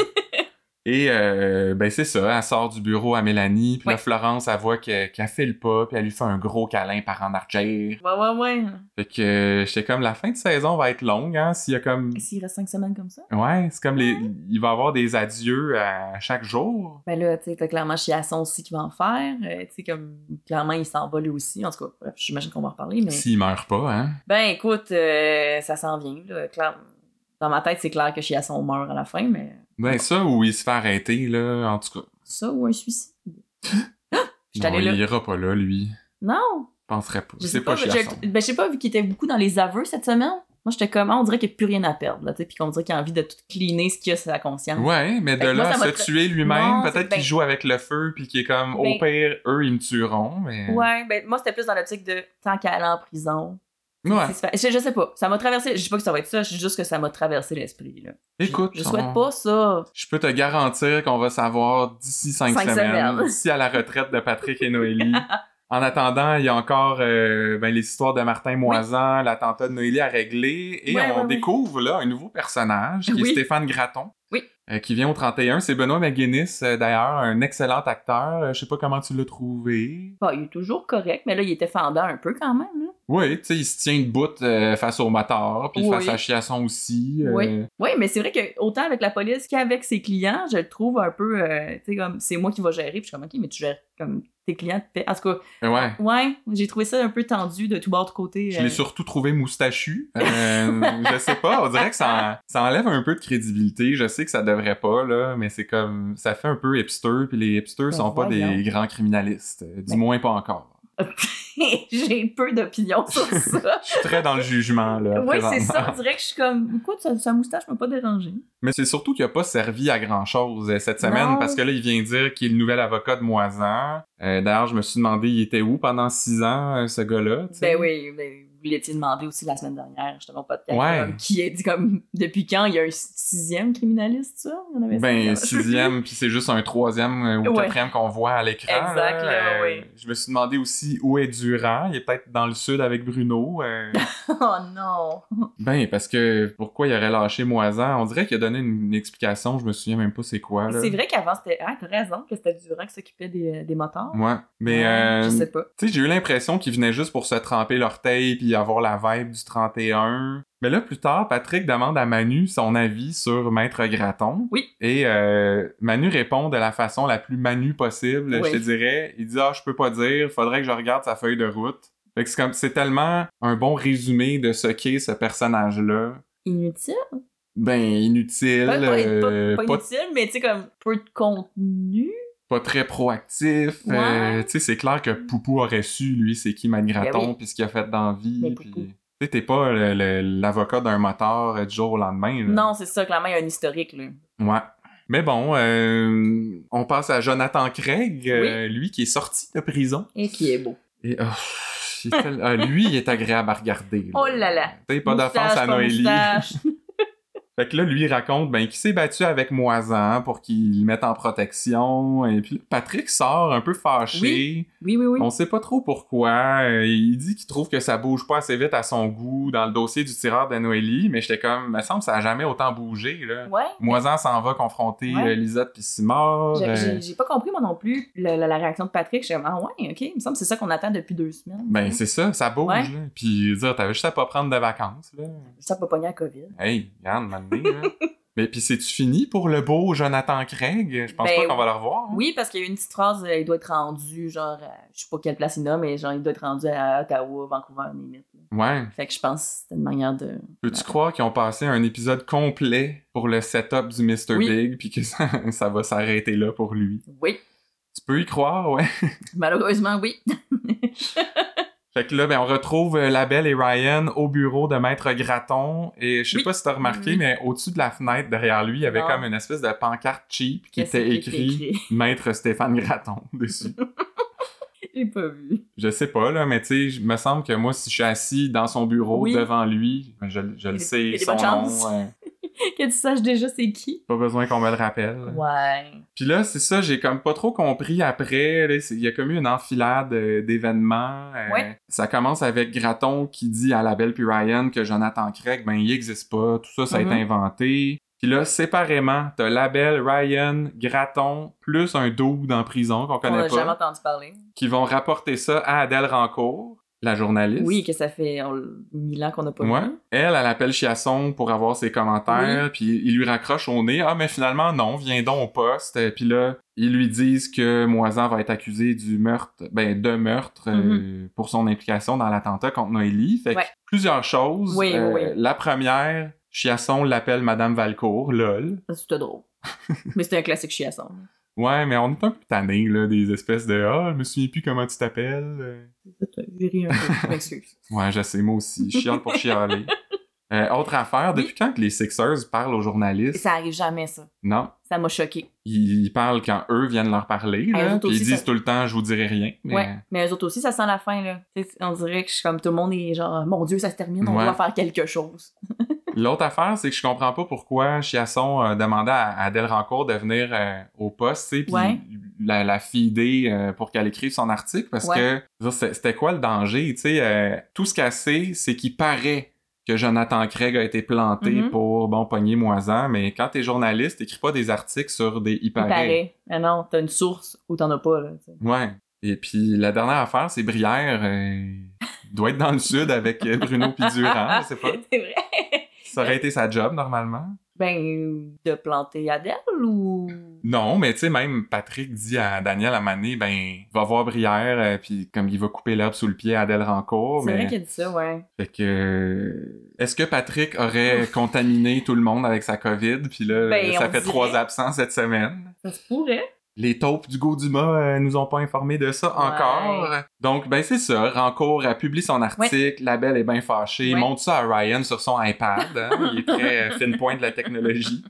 S1: Et euh, ben c'est ça, elle sort du bureau à Mélanie, puis là
S2: Ouais.
S1: Florence, elle voit que- qu'elle file pas, puis elle lui fait un gros câlin par en arrière.
S2: Ouais, ouais, ouais.
S1: Fait que euh, j'étais comme la fin de saison va être longue, hein, s'il y a comme...
S2: Et S'il reste cinq semaines comme ça?
S1: Ouais, c'est comme les... Il va y avoir des adieux à chaque jour.
S2: Ben là, tu sais, t'as clairement Chiasson aussi qui va en faire. Euh, tu sais, comme, clairement, il s'en va lui aussi. En tout cas, bref, j'imagine qu'on va en reparler, mais...
S1: S'il meurt pas, hein.
S2: Ben écoute, euh, ça s'en vient, là. Claire- Dans ma tête, c'est clair que Chiasson meurt à la fin, mais...
S1: Ben ça, ou il se fait arrêter, là, en tout cas.
S2: Ça ou un suicide? Ah! Je suis
S1: Non,
S2: allée là.
S1: il ira pas là, lui.
S2: Non!
S1: Je penserais pas.
S2: Je
S1: C'est
S2: sais
S1: pas,
S2: pas,
S1: chiant.
S2: j'ai- ben, je sais pas, vu qu'il était beaucoup dans les aveux cette semaine. Moi, j'étais comme, ah, on dirait qu'il n'y a plus rien à perdre, là, tu sais, puis qu'on dirait qu'il a envie de tout cleaner ce qu'il a sur la conscience.
S1: Ouais, mais de
S2: hein. Fait que moi,
S1: là à
S2: ça m'a
S1: se
S2: très-
S1: tuer lui-même,
S2: Non,
S1: peut-être
S2: c'est- ben-
S1: qu'il joue avec le feu, puis qu'il est comme, au
S2: Ben-
S1: pire, eux, ils me tueront, mais...
S2: Ouais, ben moi, c'était plus dans l'optique de tant qu'elle est en prison.
S1: Ouais.
S2: c'est se faire- Je, je sais pas, ça m'a traversé, je dis pas que ça va être ça, je dis juste que ça m'a traversé l'esprit, là. Je-
S1: Écoute,
S2: Je, souhaite
S1: on-
S2: pas ça.
S1: Je peux te garantir qu'on va savoir d'ici cinq,
S2: Cinq
S1: semaines,
S2: semaines.
S1: d'ici à la retraite de Patrick et Noélie. En attendant, il y a encore euh, ben, les histoires de Martin Moisan, l'attentat de Noélie à régler, et
S2: Ouais,
S1: on
S2: ouais, ouais.
S1: découvre là un nouveau personnage qui est
S2: Oui.
S1: Stéphane Gratton.
S2: Oui.
S1: euh, qui vient au 31, c'est Benoît McGuinness, euh, d'ailleurs, un excellent acteur. Euh, Je sais pas comment tu l'as trouvé.
S2: Bah, il est toujours correct, mais là, il était fendant un peu quand même, là.
S1: Oui, tu sais, il se tient debout euh, face au moteur, puis
S2: Oui.
S1: face à Chiasson aussi. euh,
S2: Oui. Oui, mais c'est vrai que autant avec la police qu'avec ses clients, je le trouve un peu, euh, tu sais, comme, c'est moi qui va gérer, puis je suis comme, ok, mais tu gères comme tes clients te paient. En tout cas,
S1: euh, Ouais.
S2: ouais, j'ai trouvé ça un peu tendu de tout bord de côté.
S1: Je
S2: euh.
S1: l'ai surtout trouvé moustachu. Euh, je sais pas, on dirait que ça, ça enlève un peu de crédibilité. Je sais que ça devrait pas, là, mais c'est comme. Ça fait un peu hipster, puis les hipsters
S2: Ben
S1: sont pas
S2: voyons.
S1: des grands criminalistes. euh, Du
S2: Ben-
S1: moins pas encore.
S2: j'ai peu d'opinion sur ça.
S1: Je suis très dans le jugement, là.
S2: oui, c'est
S1: présentement.
S2: ça, on dirait que je suis comme, écoute, sa, sa moustache m'a pas dérangé.
S1: Mais c'est surtout qu'il a pas servi à grand chose cette semaine,
S2: Non.
S1: parce que là, il vient dire qu'il est le nouvel avocat de Moisan. Euh, D'ailleurs, je me suis demandé, il était où pendant six ans, euh, ce gars-là? tu sais?
S2: Ben oui, ben, vous l'étiez demandé aussi la semaine dernière, justement, au podcast.
S1: Ouais.
S2: comme, qui est dit comme, depuis quand il y a un sixième criminaliste, ça? Il y en avait
S1: Ben,
S2: cinq, je sais plus.
S1: sixième, puis c'est juste un troisième euh, ou
S2: Ouais.
S1: quatrième qu'on voit à l'écran. euh,
S2: Exact, là, oui.
S1: Je me suis demandé aussi où est Durand. Il est peut-être dans le sud avec Bruno. euh.
S2: Oh non!
S1: ben, parce que pourquoi il aurait lâché Moisan? On dirait qu'il a donné une, une explication, je me souviens même pas c'est quoi. là.
S2: C'est vrai qu'avant, c'était. Ah, t'as raison que c'était Durand qui s'occupait des, des motards.
S1: Ouais. Mais,
S2: Ouais,
S1: euh,
S2: Je
S1: tu
S2: sais pas.
S1: sais, j'ai eu l'impression qu'il venait juste pour se tremper l'orteil puis avoir la vibe du 31. Mais là, plus tard, Patrick demande à Manu son avis sur Maître Graton.
S2: Oui.
S1: Et euh, Manu répond de la façon la plus Manu possible,
S2: Oui.
S1: je te dirais. Il dit Ah, je peux pas dire, faudrait que je regarde sa feuille de route. Fait que c'est comme c'est tellement un bon résumé de ce qu'est ce personnage-là.
S2: Inutile?
S1: Ben, inutile,
S2: Pas, pas-
S1: euh,
S2: pas- pas
S1: pas,
S2: inutile, mais tu sais, comme peu de contenu.
S1: pas très proactif.
S2: Ouais.
S1: euh, tu sais, c'est clair que Poupou aurait su, lui, c'est qui Mangraton,
S2: Ben oui.
S1: puis ce qu'il a fait dans la
S2: Mais
S1: vie. puis-
S2: Poupou.
S1: Tu sais, t'es pas le- le- l'avocat d'un moteur euh, du jour au lendemain. là.
S2: Non, c'est ça, clairement, il y a un historique, là.
S1: Ouais. Mais bon, euh, on passe à Jonathan Craig, euh, lui qui est sorti de prison.
S2: Et qui est beau.
S1: Et oh, il est tel- ah, lui, il est agréable à regarder.
S2: Oh là là.
S1: Tu sais, pas d'offense
S2: Moustache,
S1: à
S2: pas
S1: Noélie.
S2: moustache.
S1: Fait que là, lui, il raconte ben, qu'il s'est battu avec Moisan pour qu'il le mette en protection. Et puis là, Patrick sort un peu fâché.
S2: Oui, oui, oui.
S1: On sait pas trop pourquoi. Euh, il dit qu'il trouve que ça bouge pas assez vite à son goût dans le dossier du tireur de Noélie. Mais j'étais comme, me semble que ça a jamais autant bougé. Là.
S2: Ouais.
S1: Moisan s'en va confronter
S2: Ouais.
S1: euh, Lisette puis Simard.
S2: J'ai-
S1: euh,
S2: J'ai j'ai pas compris, moi non plus, la, la- la réaction de Patrick. J'ai comme, ah ouais, ok, il me semble que c'est ça qu'on attend depuis deux semaines.
S1: Ben, c'est ça, ça bouge.
S2: Ouais.
S1: là. Puis, je veux dire, t'avais juste à pas prendre de vacances. Là.
S2: Ça peut pogner la COVID.
S1: Hey, Yann, maintenant. là. Mais puis, c'est-tu fini pour le beau Jonathan Craig? Je pense
S2: Ben,
S1: pas qu'on va le revoir. hein.
S2: Oui, parce qu'il y a eu une petite phrase, euh, il doit être rendu, genre, à- je sais pas quelle place il a, mais genre, il doit être rendu à Ottawa, Vancouver, limite. là.
S1: Ouais.
S2: Fait que je pense que c'était une manière de.
S1: Peux-tu croire qu'ils ont passé un épisode complet pour le setup du Mr.
S2: Oui.
S1: Big, puis que ça, ça va s'arrêter là pour lui?
S2: Oui,
S1: Tu peux y croire, ouais.
S2: malheureusement, oui.
S1: Fait que là, ben, on retrouve euh, la belle et Ryan au bureau de Maître Graton. Et je sais
S2: Oui.
S1: pas si t'as remarqué,
S2: Oui.
S1: mais au-dessus de la fenêtre, derrière lui, il y avait
S2: Non.
S1: comme une espèce de pancarte cheap qui
S2: Qu'est-ce
S1: était
S2: qui était
S1: écrit Maître Stéphane Graton dessus.
S2: J'ai pas vu.
S1: Je sais pas, là, mais tu sais, je- me semble que moi, si je suis assis dans son bureau
S2: Oui.
S1: devant lui, ben, je, je
S2: Il y a-
S1: le
S2: il y a
S1: sais,
S2: des
S1: son
S2: bonnes chances.
S1: nom. euh,
S2: que tu saches déjà c'est qui.
S1: pas besoin qu'on me le rappelle.
S2: Ouais.
S1: Puis là, c'est ça, j'ai comme pas trop compris après. là, c'est- Il y a comme eu une enfilade euh, d'événements. euh,
S2: Ouais.
S1: Ça commence avec Graton qui dit à la belle puis Ryan que Jonathan Craig, ben, il existe pas. Tout ça, ça
S2: Mhm.
S1: a été inventé. Puis là, séparément, t'as la belle, Ryan, Graton, plus un double en prison qu'on
S2: On
S1: connaît
S2: a
S1: pas,
S2: jamais entendu parler.
S1: qui vont rapporter ça à Adèle Rancourt, la journaliste.
S2: Oui, que ça fait on- mille ans qu'on n'a pas
S1: Ouais.
S2: vu.
S1: Elle, elle appelle Chiasson pour avoir ses commentaires, puis il lui raccroche au nez. Ah, mais finalement, non, viens donc au poste. Euh, Puis là, ils lui disent que Moisan va être accusé du meurtre, ben, de meurtre euh, pour son implication dans l'attentat contre Noélie. Fait que
S2: Mm-hmm. Ouais.
S1: plusieurs choses. Euh,
S2: Oui, oui, oui.
S1: La première, Chiasson l'appelle Madame Valcourt, lol.
S2: Ça, C'était drôle. Mais c'était un classique chiasson.
S1: Ouais, mais on est un peu tanné là, des espèces de « Ah, je me souviens plus comment tu t'appelles. Euh,
S2: J'ai ri un peu, je m'excuse.
S1: Ouais, je sais, moi aussi. Chiale pour chialer. Euh, autre affaire, depuis quand que les Sixers parlent aux journalistes?
S2: Ça arrive jamais, ça.
S1: Non.
S2: Ça m'a choqué.
S1: Ils, ils parlent quand eux viennent leur parler, là,
S2: vous
S1: puis ils
S2: Ah, aussi,
S1: disent
S2: ça-
S1: tout le temps « je vous dirai rien », mais
S2: Ouais. Mais eux autres aussi, ça sent la fin, là. Tu sais, on dirait que je suis comme tout le monde est genre, mon Dieu, ça se termine, on
S1: Ouais.
S2: doit faire quelque chose.
S1: l'autre affaire, c'est que je comprends pas pourquoi Chiasson euh, demandait à à Adèle Rancourt de venir euh, au poste, tu sais, puis
S2: Ouais.
S1: la, la fider euh, pour qu'elle écrive son article, parce
S2: Ouais.
S1: que je veux dire, c'est- c'était quoi le danger, tu sais, euh, tout ce qu'elle sait, c'est qu'il paraît que Jonathan Craig a été planté
S2: Mhm.
S1: pour, bon, pogner moisan, mais quand t'es journaliste, t'écris pas des articles sur des « il
S2: Il
S1: paraît.
S2: paraît. Mais non, t'as une source ou t'en as pas, là. tu sais.
S1: Ouais. Et puis la dernière affaire, c'est Brière. euh, doit être dans le sud avec euh, Bruno Pidurand, je sais pas.
S2: Ah,
S1: Ça
S2: C'est vrai.
S1: aurait été sa job normalement.
S2: Ben, de planter Adèle ou.
S1: Non, mais tu sais, même Patrick dit à Daniel à Mané, ben, va voir Brière, euh, puis comme il va couper l'herbe sous le pied à Adèle Rancourt.
S2: C'est vrai
S1: Mais...
S2: qu'il a dit ça, ouais.
S1: Fait que. euh, Est-ce que Patrick aurait contaminé tout le monde avec sa COVID, puis là,
S2: Ben,
S1: ça
S2: on
S1: fait
S2: dirait.
S1: trois absents cette semaine?
S2: Ça se pourrait.
S1: Les taupes du Gaudumas euh, nous ont pas informés de ça
S2: Ouais.
S1: encore. Donc, ben c'est ça. Rancourt a publié son article, la belle est bien fâchée, il
S2: Ouais.
S1: montre ça à Ryan sur son iPad. hein. Il est très euh, fine pointe de la technologie.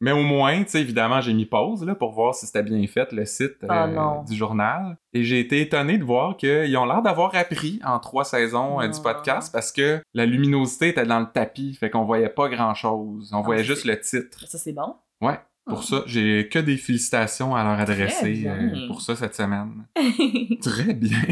S1: Mais au moins, tu sais, évidemment, j'ai mis pause là, pour voir si c'était bien fait, le site euh,
S2: Ah non.
S1: du journal. Et j'ai été étonné de voir qu'ils ont l'air d'avoir appris en trois saisons euh, du
S2: Non.
S1: podcast parce que la luminosité était dans le tapis, fait qu'on voyait pas grand-chose. On voyait
S2: Ah, c'est-
S1: juste le titre.
S2: Ça, c'est bon.
S1: Ouais,
S2: Ah.
S1: pour ça, j'ai que des félicitations à leur adresser
S2: bien.
S1: euh, pour ça cette semaine. Très bien.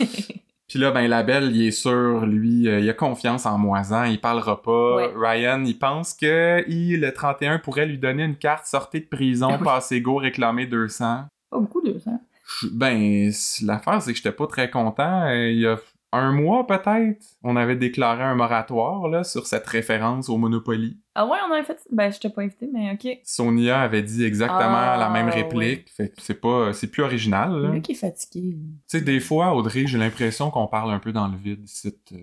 S1: Puis là, ben, la belle, il est sûr, lui, euh, il a confiance en Moisan, il parlera pas.
S2: Ouais.
S1: Ryan, il pense que il, le 31 pourrait lui donner une carte sortie de
S2: Ah
S1: prison, passer go, réclamer 200.
S2: pas beaucoup hein. de ça.
S1: Je- Ben, c- l'affaire, c'est que j'étais pas très content. Euh, il y a un mois, peut-être, on avait déclaré un moratoire là, sur cette référence au Monopoly.
S2: Ah ouais, on avait fait. Ben, je t'ai pas invité, mais ok.
S1: Sonia avait dit exactement
S2: Ah,
S1: la même réplique. Fait que c'est pas, c'est plus original. là.
S2: Lui qui est fatigué.
S1: Tu sais, des fois, Audrey, j'ai l'impression qu'on parle un peu dans le vide. ici, euh.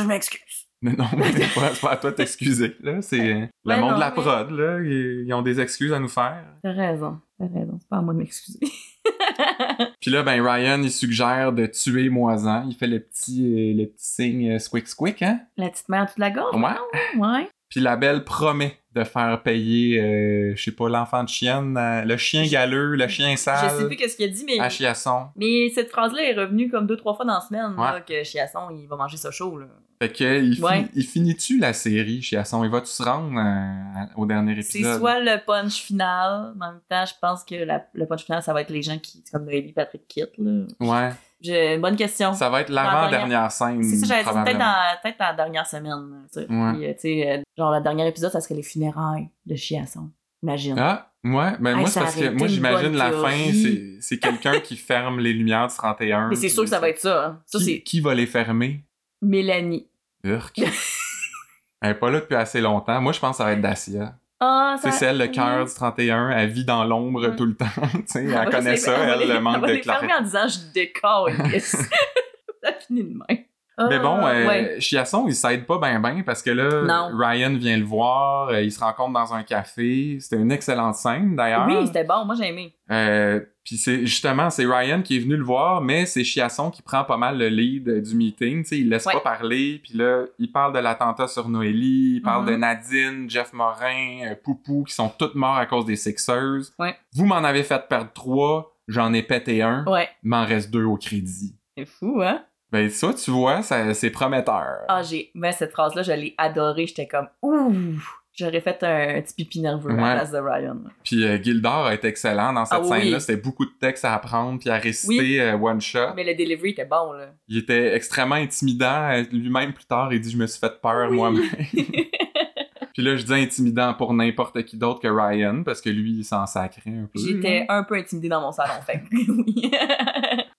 S2: Je m'excuse.
S1: Mais non, mais c'est pas, c'est pas à toi de t'excuser. Là, c'est euh, le
S2: Ouais,
S1: monde
S2: non,
S1: de la
S2: mais-
S1: prod. Là, ils, ils ont des excuses à nous faire.
S2: T'as raison. T'as raison. C'est pas à moi de m'excuser.
S1: Puis là, ben Ryan, il suggère de tuer Moisan. Il fait le petit, euh, le petit signe euh, squick squick, hein.
S2: La petite mère toute la gorge?
S1: Ouais.
S2: non? Ouais.
S1: Puis la belle promet de faire payer, euh, je sais pas, l'enfant de chienne, euh, le chien galeux, le chien
S2: Je sais
S1: sale,
S2: plus qu'est-ce qu'il a dit, mais.
S1: à Chiasson.
S2: Mais cette phrase-là est revenue comme deux, trois fois dans la semaine,
S1: Ouais.
S2: là, que Chiasson, il va manger ça chaud, là.
S1: Fait que, il, fi-
S2: Ouais.
S1: il finit-tu la série chez Asson? Il va-tu se rendre euh, au dernier
S2: C'est
S1: épisode?
S2: soit le punch final, mais en même temps, je pense que la- le punch final, ça va être les gens qui, comme Noélie, Patrick Kitt, là.
S1: Ouais.
S2: J'ai une bonne question.
S1: Ça va être
S2: Dans la
S1: l'avant-dernière scène.
S2: C'est ça, j'avais dit peut-être
S1: probablement.
S2: dans, peut-être dans la dernière semaine. là, tu sais.
S1: Ouais.
S2: Puis, euh, tu sais, euh, genre, le dernier épisode, ça serait les funérailles de Chiasson. Imagine.
S1: Ah, ouais. Ben,
S2: Hey,
S1: moi,
S2: ça
S1: c'est parce
S2: aurait
S1: que
S2: été
S1: moi,
S2: une
S1: j'imagine
S2: bonne
S1: la fin,
S2: théorie.
S1: c'est- c'est quelqu'un qui ferme les lumières du 31.
S2: Mais c'est sûr que ça va être ça. hein. Ça,
S1: Qui-
S2: c'est
S1: Qui va les fermer?
S2: Mélanie.
S1: Urk. Elle est pas là depuis assez longtemps. Moi, je pense que ça va être Dacia.
S2: Ah, ça-
S1: C'est celle, le cœur du 31. Elle vit dans l'ombre
S2: Ouais.
S1: tout le temps. tu sais,
S2: Ah,
S1: elle
S2: bah,
S1: connaît
S2: c'est-
S1: ça,
S2: on va
S1: elle,
S2: les-
S1: le
S2: on
S1: manque
S2: va
S1: de
S2: les fermer
S1: clarté.
S2: en disant je décore, yes. ça finit de même.
S1: Mais
S2: Ah,
S1: bon, euh,
S2: ouais.
S1: Chiasson, il s'aide pas ben ben parce que là,
S2: Non.
S1: Ryan vient le voir, euh, ils se rencontrent dans un café. C'était une excellente scène d'ailleurs.
S2: Oui, c'était bon, moi j'ai aimé.
S1: Euh, Puis c'est justement, c'est Ryan qui est venu le voir, mais c'est Chiasson qui prend pas mal le lead euh, du meeting. Tu sais, il laisse
S2: Ouais.
S1: pas parler. Puis là, il parle de l'attentat sur Noélie, il parle
S2: Mhm.
S1: de Nadine, Jeff Morin, euh, Poupou, qui sont toutes morts à cause des Sixers.
S2: Ouais.
S1: Vous m'en avez fait perdre trois. j'en ai pété un,
S2: Ouais,
S1: m'en reste deux au crédit.
S2: c'est fou, hein?
S1: Ben ça, tu vois, ça- c'est prometteur.
S2: Ah, j'ai. Mais cette phrase-là, je l'ai adorée. J'étais comme, ouh! J'aurais fait un, un petit pipi nerveux à
S1: Ouais.
S2: la place de Ryan.
S1: Puis euh, Gildor a été excellent dans cette
S2: Ah oui.
S1: scène-là. C'était beaucoup de textes à apprendre puis à réciter
S2: Oui.
S1: euh, one shot.
S2: Mais le delivery était bon, là.
S1: Il était extrêmement intimidant. Euh, Lui-même, plus tard, il dit « Je me suis fait peur,
S2: Oui.
S1: moi-même. » Puis là, je dis intimidant pour n'importe qui d'autre que Ryan, parce que lui, il s'en sacrait un peu.
S2: J'étais un peu intimidée dans mon salon, fait que oui.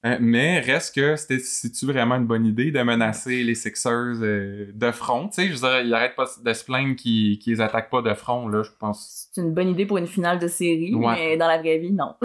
S1: Euh, mais reste que c'était c'est-tu vraiment une bonne idée de menacer les Sixers euh, de front? Tu sais, je veux dire, ils arrêtent pas de se plaindre qu'ils qu'ils les attaquent pas de front, là, je pense.
S2: C'est une bonne idée pour une finale de série,
S1: Ouais.
S2: mais dans la vraie vie, non.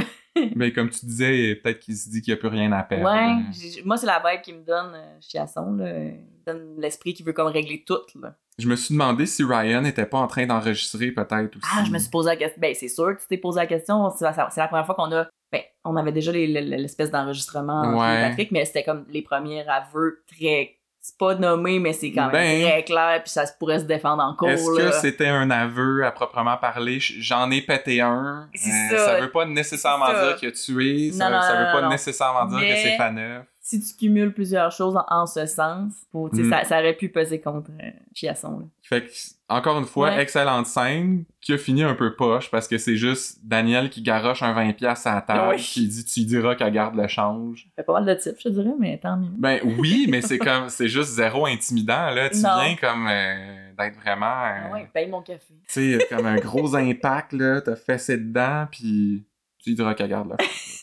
S1: Mais comme tu disais, peut-être qu'il se dit qu'il n'y a plus rien à perdre. hein.
S2: Ouais, j'ai- moi, c'est la vibe qui me donne euh, Chiasson, là. Il donne l'esprit qui veut comme régler tout, là.
S1: Je me suis demandé si Ryan n'était pas en train d'enregistrer peut-être aussi.
S2: Ah, je me suis posé la question. Ben, c'est sûr que tu t'es posé la question. C'est la, c'est la première fois qu'on a. Ben, on avait déjà les- les- l'espèce d'enregistrement entre
S1: Ouais.
S2: lui et Patrick, mais c'était comme les premiers aveux très. C'est pas nommé, mais c'est quand même
S1: Ben.
S2: très clair, puis ça se pourrait se défendre en cours.
S1: Est-ce
S2: là.
S1: que c'était un aveu à proprement parler? J- J'en ai pété un.
S2: C'est
S1: Euh,
S2: ça.
S1: veut pas nécessairement
S2: C'est ça.
S1: dire qu'il a tué. Ça,
S2: Non, non,
S1: ça
S2: non,
S1: veut
S2: non,
S1: pas
S2: non.
S1: nécessairement dire que
S2: Mais-
S1: c'est Faneuf.
S2: Si tu cumules plusieurs choses en, en ce sens, faut- tu sais,
S1: Mm.
S2: ça, ça aurait pu peser contre euh, Chiasson. là.
S1: Fait que, encore une fois,
S2: Ouais.
S1: excellente scène qui a fini un peu poche parce que c'est juste Daniel qui garoche un 20$ à la table
S2: Ouais.
S1: qui dit tu lui diras qu'elle garde le change.
S2: Fait pas mal de types, je te dirais, mais tant mieux.
S1: Ben oui, mais c'est comme c'est juste zéro intimidant là, tu
S2: Non.
S1: viens comme euh, d'être vraiment euh,
S2: Ah ouais, paye mon café.
S1: tu sais comme un gros impact là, t'as fessé dedans puis tu lui diras qu'elle garde le change.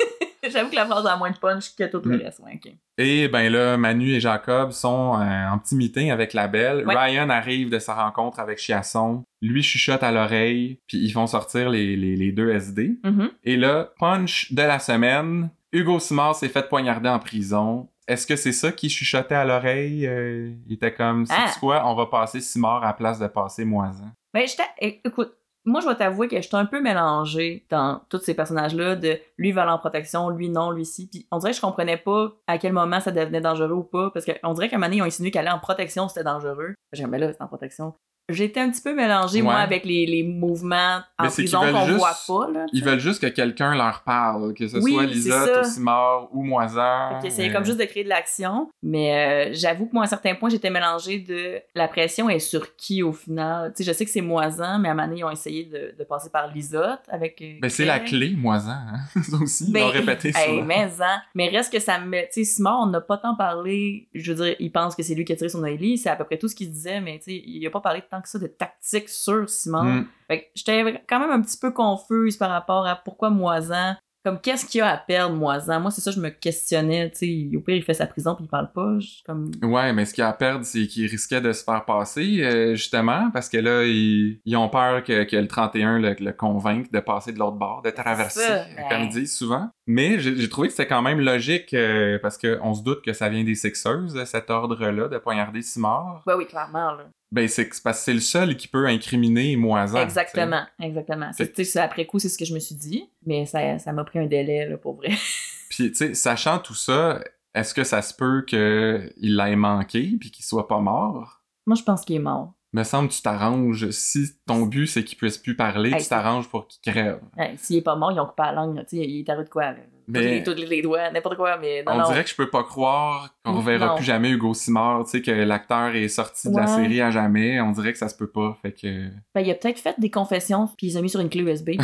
S2: J'avoue que la phrase a moins de punch que tout le
S1: Mm.
S2: reste. Ouais, ok.
S1: Et ben là, Manu et Jacob sont euh, en petit meeting avec la belle.
S2: Ouais.
S1: Ryan arrive de sa rencontre avec Chiasson. Lui chuchote à l'oreille, puis ils font sortir les, les- les deux SD.
S2: Mhm.
S1: Et là, punch de la semaine, Hugo Simard s'est fait poignarder en prison. Est-ce que c'est ça qui chuchotait à l'oreille? Euh, il était comme, c'est
S2: Ah.
S1: quoi, on va passer Simard à la place de passer Moisan.
S2: Ben, j'étais. é- Écoute, moi, je vais t'avouer que j'étais un peu mélangée dans tous ces personnages-là de lui va en protection, lui non, lui si. Puis on dirait que je comprenais pas à quel moment ça devenait dangereux ou pas. Parce qu'on dirait qu'à un moment donné, ils ont insinué qu'aller en protection, c'était dangereux. J'ai dit, mais là, c'est en protection. J'étais un petit peu mélangée, moi,
S1: Ouais.
S2: avec les, les mouvements en
S1: Mais c'est qu'ils
S2: prison
S1: veulent
S2: qu'on
S1: juste-
S2: voit pas, là.
S1: Ils veulent juste que quelqu'un leur parle, que ce
S2: Oui,
S1: soit
S2: c'est
S1: Lisotte
S2: ça.
S1: ou Simard ou Moisan. euh,
S2: Fait qu'ils essayaient comme juste de créer de l'action, mais euh, j'avoue que moi, à certains points, j'étais mélangée de la pression est sur qui au final. Tu sais, je sais que c'est moisant, mais à un moment donné, ils ont essayé de, de passer par l'isote avec. euh,
S1: Ben, c'est la
S2: Craig.
S1: clé, Moisan. Hein? Ça aussi, ils
S2: Ben,
S1: l'ont répété
S2: hey,
S1: souvent.
S2: mais, hein. mais reste que ça me. Tu sais, Simon, on n'a pas tant parlé. Je veux dire, il pense que c'est lui qui a tiré son Ellie, c'est à peu près tout ce qu'il disait, mais tu sais, il a pas parlé tant que ça de tactique sur Simon.
S1: Mm.
S2: Fait que j'étais quand même un petit peu confuse par rapport à pourquoi Moisan. Comme, qu'est-ce qu'il y a à perdre, Moisan? Moi, c'est ça, je me questionnais. Tu sais, au pire, il fait sa prison puis il parle pas. Je suis comme.
S1: Ouais, mais ce qu'il y a à perdre, c'est qu'il risquait de se faire passer, euh, justement, parce que là, ils, ils ont peur que, que le 31 le, le convainque de passer de l'autre bord, de traverser,
S2: ça, ben.
S1: euh, comme
S2: ouais.
S1: ils disent souvent. Mais j'ai j'ai trouvé que c'était quand même logique, euh, parce qu'on se doute que ça vient des Sixers, cet ordre-là, de poignarder six morts.
S2: Ouais, oui, clairement, là.
S1: Ben, c'est que- c'est parce que c'est le seul qui peut incriminer Moisan.
S2: exactement, exactement. C'est- Tu sais, c'est après coup, c'est ce que je me suis dit, mais ça ça m'a pris un délai, là, pour vrai.
S1: t'sais. Puis, tu sais, sachant tout ça, est-ce que ça se peut qu'il l'ait manqué, puis qu'il soit pas mort?
S2: Moi, je pense qu'il est mort.
S1: Me semble que tu t'arranges. Si ton but, c'est qu'il puisse plus parler,
S2: Hey,
S1: tu
S2: c'est-
S1: t'arranges pour qu'il crève.
S2: Ouais, S'il est pas mort, ils ont coupé la langue, là, tu sais, il est arrivé de quoi, là?
S1: Mais-
S2: Tous, les, tous les doigts, n'importe quoi, mais non,
S1: On
S2: non.
S1: dirait que je peux pas croire qu'on
S2: Mm,
S1: reverra
S2: non.
S1: plus jamais Hugo Simard, tu sais, que l'acteur est sorti de la
S2: Ouais.
S1: série à jamais. On dirait que ça se peut pas. Fait que.
S2: Ben, il a peut-être fait des confessions, puis ils ont mis sur une clé USB.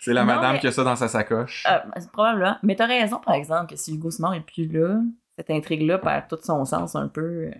S1: c'est la
S2: Non,
S1: madame
S2: mais-
S1: qui a ça dans sa sacoche.
S2: Euh, c'est probablement. Mais t'as raison, par exemple, que si Hugo Simon est plus là, cette intrigue-là perd tout son sens un peu. euh.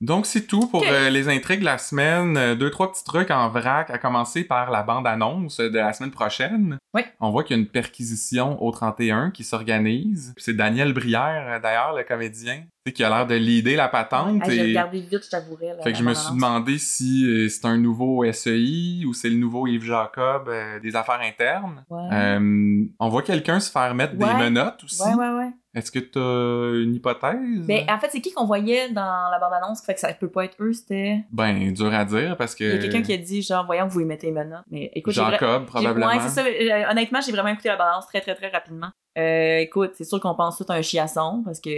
S1: Donc, c'est tout pour
S2: Ok.
S1: euh, les intrigues de la semaine. Euh, Deux, trois petits trucs en vrac, à commencer par la bande-annonce euh, de la semaine prochaine.
S2: Oui.
S1: On voit qu'il y a une perquisition au 31 qui s'organise. C'est Daniel Brière, euh, d'ailleurs, le comédien, tu sais, qui a l'air de leader la patente.
S2: Hey, j'ai
S1: et-
S2: regardé vite, je t'avouerais. là,
S1: Fait que je
S2: la
S1: me suis
S2: bande-annonce.
S1: demandé si euh, c'est un nouveau SEI ou c'est le nouveau Yves Jacob euh, des affaires internes.
S2: Ouais.
S1: Euh, on voit quelqu'un se faire mettre des
S2: Ouais.
S1: menottes aussi.
S2: ouais, ouais, ouais.
S1: Est-ce que t'as une hypothèse?
S2: Ben, en fait, c'est qui qu'on voyait dans la bande-annonce? Fait que ça peut pas être eux, c'était.
S1: Ben, dur à dire parce que
S2: Il y a quelqu'un qui a dit, genre, voyons, vous y mettez les menottes. Mais écoute, j'ai vra-
S1: Jacob,
S2: j'ai-
S1: probablement.
S2: Ouais, c'est ça. Euh, honnêtement, j'ai vraiment écouté la balance très, très, très rapidement. Euh, écoute, c'est sûr qu'on pense tout à un chiasson parce que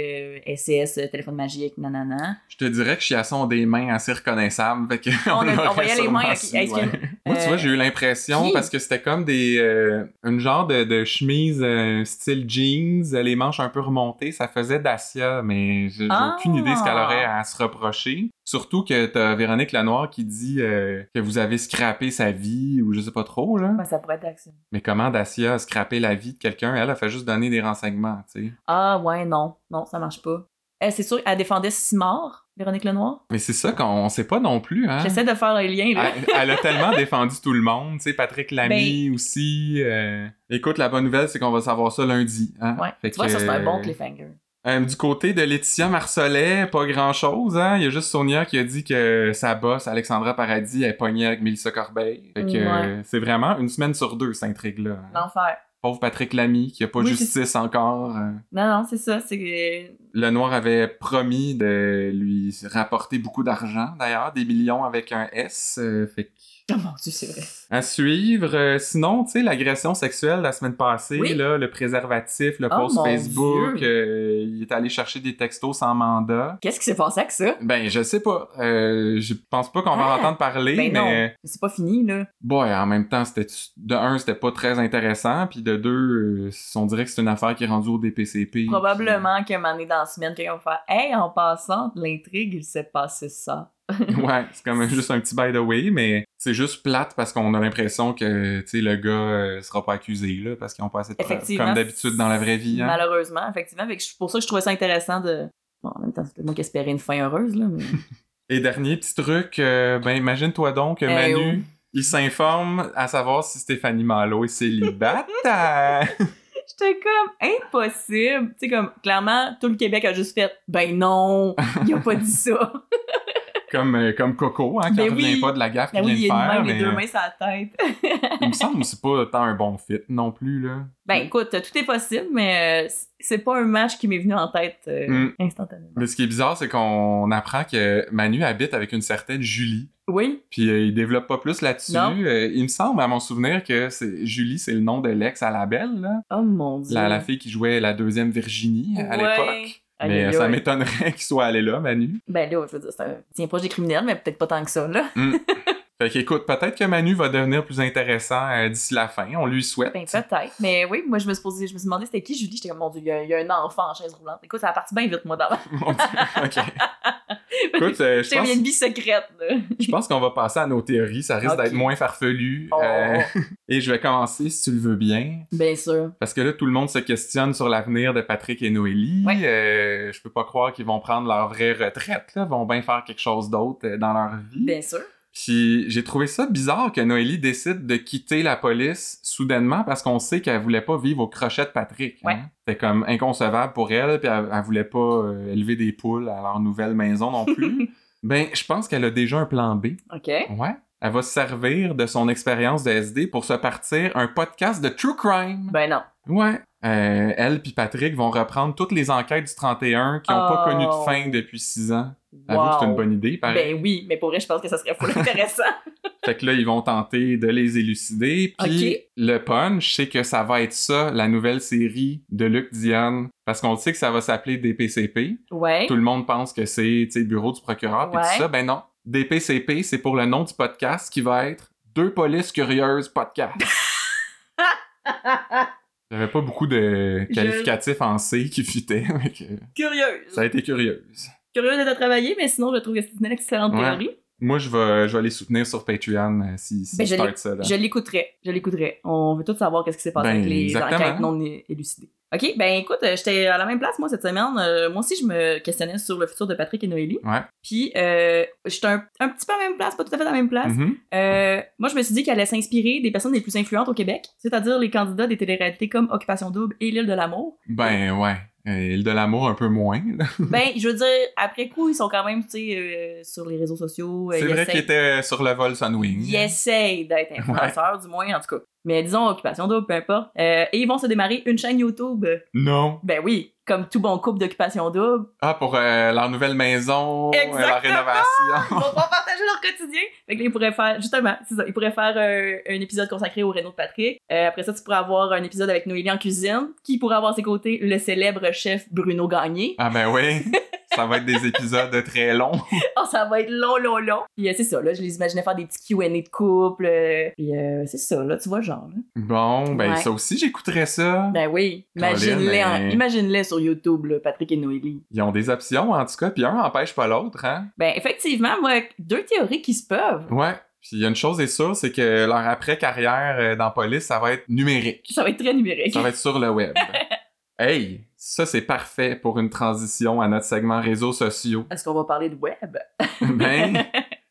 S2: SES, euh, téléphone magique, nanana.
S1: Je te dirais que Chiasson a des mains assez reconnaissables. Fait que
S2: On, a- on
S1: l'aurait
S2: voyait les
S1: sûrement
S2: mains. ok,
S1: su,
S2: est-ce que-
S1: ouais. Moi, tu
S2: Euh,
S1: vois, j'ai eu l'impression
S2: qui?
S1: parce que c'était comme des. euh, une genre de, de chemise euh, style jeans, euh, les manches un peu remontées. Ça faisait Dacia, mais j'ai j'ai
S2: Ah!
S1: aucune idée ce qu'elle aurait à se reprocher. Surtout que t'as Véronique Lanoir qui dit euh, que vous avez scrappé sa vie ou je sais pas trop, là.
S2: Ben, ça pourrait être Dacia.
S1: Mais comment Dacia a scrappé la vie de quelqu'un? Elle, a fait juste donner des renseignements, tu sais.
S2: Ah ouais, non. Non, ça marche pas. Euh, c'est sûr qu'elle défendait Simard, Véronique Lenoir.
S1: Mais c'est ça qu'on on sait pas non plus, hein?
S2: J'essaie de faire les liens, là.
S1: elle, elle a tellement défendu tout le monde, tu sais, Patrick Lamy
S2: Ben,
S1: aussi. euh. Écoute, la bonne nouvelle, c'est qu'on va savoir ça lundi. Hein?
S2: Ouais.
S1: Fait
S2: Tu vois,
S1: que,
S2: ça, c'est un bon
S1: euh,
S2: cliffhanger.
S1: euh, du côté de Laetitia Marcelet, pas grand-chose, hein? Il y a juste Sonia qui a dit que sa boss, Alexandra Paradis, est pognée avec Mélissa Corbeil. Fait que
S2: Ouais.
S1: euh, c'est vraiment une semaine sur deux, cette intrigue-là. hein.
S2: L'enfer.
S1: Pauvre Patrick Lamy, qui a pas
S2: Oui,
S1: justice encore. euh.
S2: Non, non, c'est ça. C'est euh, que-
S1: Le Noir avait promis de lui rapporter beaucoup d'argent, d'ailleurs, des millions avec un S. euh, fait que
S2: Oh mon dieu, c'est vrai.
S1: à suivre. Euh, sinon, tu sais, l'agression sexuelle la semaine passée,
S2: Oui.
S1: là, le préservatif, le
S2: Oh,
S1: post
S2: mon
S1: Facebook,
S2: Dieu.
S1: euh, il est allé chercher des textos sans mandat.
S2: Qu'est-ce qui s'est passé avec ça?
S1: Ben, je sais pas. Euh, je pense pas qu'on va
S2: Ah.
S1: en entendre parler,
S2: Ben non.
S1: mais
S2: C'est pas fini, là.
S1: boy, en même temps, c'était de un, c'était pas très intéressant, puis de deux, euh, on dirait que c'est une affaire qui est rendue au DPCP.
S2: Probablement qu'à un moment donné dans la semaine, quelqu'un va faire Hey, en passant, de l'intrigue, il s'est passé ça.
S1: Ouais, c'est comme juste un petit by the way, mais c'est juste plate parce qu'on a l'impression que tu sais le gars euh, sera pas accusé là parce qu'ils ont pas assez de preuves,
S2: Effectivement.
S1: comme d'habitude dans la vraie vie. hein.
S2: Malheureusement, effectivement. Fait que c'est pour ça que je trouvais ça intéressant de. Bon, en même temps, c'est peut-être moi qui espérais une fin heureuse, là. Mais...
S1: Et dernier petit truc, euh, ben imagine-toi donc que
S2: Eh
S1: Manu,
S2: oh.
S1: il s'informe à savoir si Stéphanie Malo est célibataire.
S2: J'étais comme impossible. Tu sais, comme clairement, tout le Québec a juste fait Ben non, il a pas dit ça.
S1: comme, euh, comme Coco, hein, qui
S2: Ben
S1: en revient
S2: oui.
S1: pas de la gaffe
S2: Ben
S1: qu'il
S2: oui, il
S1: vient
S2: a
S1: de faire.
S2: une main,
S1: Mais euh,
S2: les deux mains sur la tête.
S1: il me semble que c'est pas tant un bon fit non plus, là.
S2: ben écoute, tout est possible, mais euh, c- c'est pas un match qui m'est venu en tête euh,
S1: Mm.
S2: instantanément.
S1: Mais ce qui est bizarre, c'est qu'on apprend que Manu habite avec une certaine Julie.
S2: Oui,
S1: Puis euh, il développe pas plus là-dessus.
S2: Non.
S1: Euh, il me semble, à mon souvenir, que c'est- Julie, c'est le nom de l'ex à la belle, là.
S2: oh mon dieu.
S1: La, la fille qui jouait la deuxième Virginie à
S2: Ouais.
S1: l'époque.
S2: Aïe,
S1: Mais
S2: aïe,
S1: euh, ça
S2: aïe.
S1: m'étonnerait qu'il soit allé là, Manu.
S2: Ben là, je veux dire, c'est un tien proche des criminels, mais peut-être pas tant que ça, là.
S1: Fait qu'écoute, peut-être que Manu va devenir plus intéressant euh, d'ici la fin. On lui souhaite.
S2: Ben peut-être. Mais oui, moi je me suis posé, je me suis demandé c'était qui Julie. J'étais comme mon dieu, il y, a- il y a un enfant en chaise roulante. Écoute, ça a parti bien vite moi dans la.
S1: Mon Dieu, OK. Écoute, euh, je
S2: J'étais bien
S1: pense,
S2: une vie secrète. Là.
S1: je pense qu'on va passer à nos théories. Ça risque
S2: Ok.
S1: d'être moins farfelu.
S2: Oh.
S1: Euh, et je vais commencer, si tu le veux bien,
S2: Bien sûr.
S1: Parce que là, tout le monde se questionne sur l'avenir de Patrick et Noélie.
S2: Ouais.
S1: Euh, je peux pas croire qu'ils vont prendre leur vraie retraite, là. vont bien faire quelque chose d'autre euh, dans leur vie.
S2: Bien sûr.
S1: Puis j'ai trouvé ça bizarre que Noélie décide de quitter la police soudainement parce qu'on sait qu'elle voulait pas vivre au crochet de Patrick. hein.
S2: Ouais.
S1: C'était comme inconcevable pour elle, puis elle, elle voulait pas euh, élever des poules à leur nouvelle maison non plus. ben, je pense qu'elle a déjà un plan B.
S2: OK.
S1: Ouais. Elle va se servir de son expérience de SD pour se partir un podcast de True Crime.
S2: Ben non.
S1: Ouais. Euh, elle puis Patrick vont reprendre toutes les enquêtes du 31 qui n'ont pas
S2: Oh.
S1: connu de fin depuis 6 ans. Avoue que
S2: Wow.
S1: c'est une bonne idée, pareil.
S2: Ben oui, mais pour vrai, je pense que ça serait full intéressant.
S1: Fait que là, ils vont tenter de les élucider. Puis
S2: Ok.
S1: le punch, c'est que ça va être ça, la nouvelle série de Luc Dionne. Parce qu'on sait que ça va s'appeler DPCP.
S2: Ouais.
S1: Tout le monde pense que c'est tu sais, le bureau du procureur puis
S2: Ouais.
S1: tout ça. Ben non. DPCP, c'est pour le nom du podcast qui va être Deux polices curieuses podcast. J'avais pas beaucoup de
S2: Je-
S1: qualificatifs en C qui fitaient. mais que
S2: Curieuse.
S1: Ça a été curieuse.
S2: Curieuse de travailler, mais sinon, je trouve que c'est une excellente
S1: Ouais.
S2: théorie.
S1: Moi, je vais, je vais les soutenir sur Patreon euh, si, si
S2: Ben,
S1: ils
S2: je l'ai-
S1: startent ça. là.
S2: Je l'écouterai. Je l'écouterai. On veut tous savoir qu'est-ce qui s'est passé
S1: Ben,
S2: avec les
S1: exactement.
S2: enquêtes non é- élucidées. OK, ben écoute, euh, j'étais à la même place moi cette semaine. Euh, moi aussi, je me questionnais sur le futur de Patrick et Noélie.
S1: Ouais.
S2: Puis, euh, j'étais un, un petit peu à la même place, pas tout à fait à la même place.
S1: Mhm.
S2: Euh, moi, je me suis dit qu'elle allait s'inspirer des personnes les plus influentes au Québec, c'est-à-dire les candidats des téléréalités comme Occupation Double et L'île de l'amour.
S1: Ben ouais. Euh, Île de l'amour un peu moins. là.
S2: ben, je veux dire, après coup, ils sont quand même, tu sais, euh, sur les réseaux sociaux. euh,
S1: C'est
S2: ils
S1: vrai
S2: essayent-
S1: qu'il était sur le vol Sunwing.
S2: Ils essayent d'être influenceurs, du moins, en tout cas. Mais disons, Occupation Double, peu importe. Euh, et ils vont se démarrer une chaîne YouTube.
S1: Non.
S2: Ben oui, comme tout bon couple d'Occupation Double.
S1: Ah, pour euh, leur nouvelle maison, euh,
S2: Exactement!
S1: leur rénovation.
S2: Ils vont pas partager leur quotidien. Fait que là, ils pourraient faire, justement, c'est ça, ils pourraient faire euh, un, épisode consacré au Renault de Patrick. Euh, après ça, tu pourrais avoir un épisode avec Noélie en cuisine, qui pourrait avoir à ses côtés le célèbre chef Bruno Gagné.
S1: ah ben oui. Ça va être des épisodes très longs.
S2: oh, ça va être long, long, long. Puis euh, c'est ça, là, je les imaginais faire des petits Q&A de couple. euh, puis euh, c'est ça, là, tu vois, le genre. là.
S1: Bon, ben
S2: Ouais.
S1: ça aussi, j'écouterais ça.
S2: Ben oui,
S1: Colin, hein.
S2: imagine-les en-
S1: mais-
S2: imagine-les sur YouTube, là, Patrick et Noélie.
S1: Ils ont des options, en tout cas, puis un empêche pas l'autre, hein?
S2: Ben effectivement, moi, deux théories qui se peuvent.
S1: Ouais. Puis il y a une chose est sûre, c'est que leur après-carrière euh, dans Police, ça va être numérique.
S2: Ça va être très numérique.
S1: Ça va être sur le web. hey, ça c'est parfait pour une transition à notre segment réseaux sociaux.
S2: Est-ce qu'on va parler de web?
S1: ben,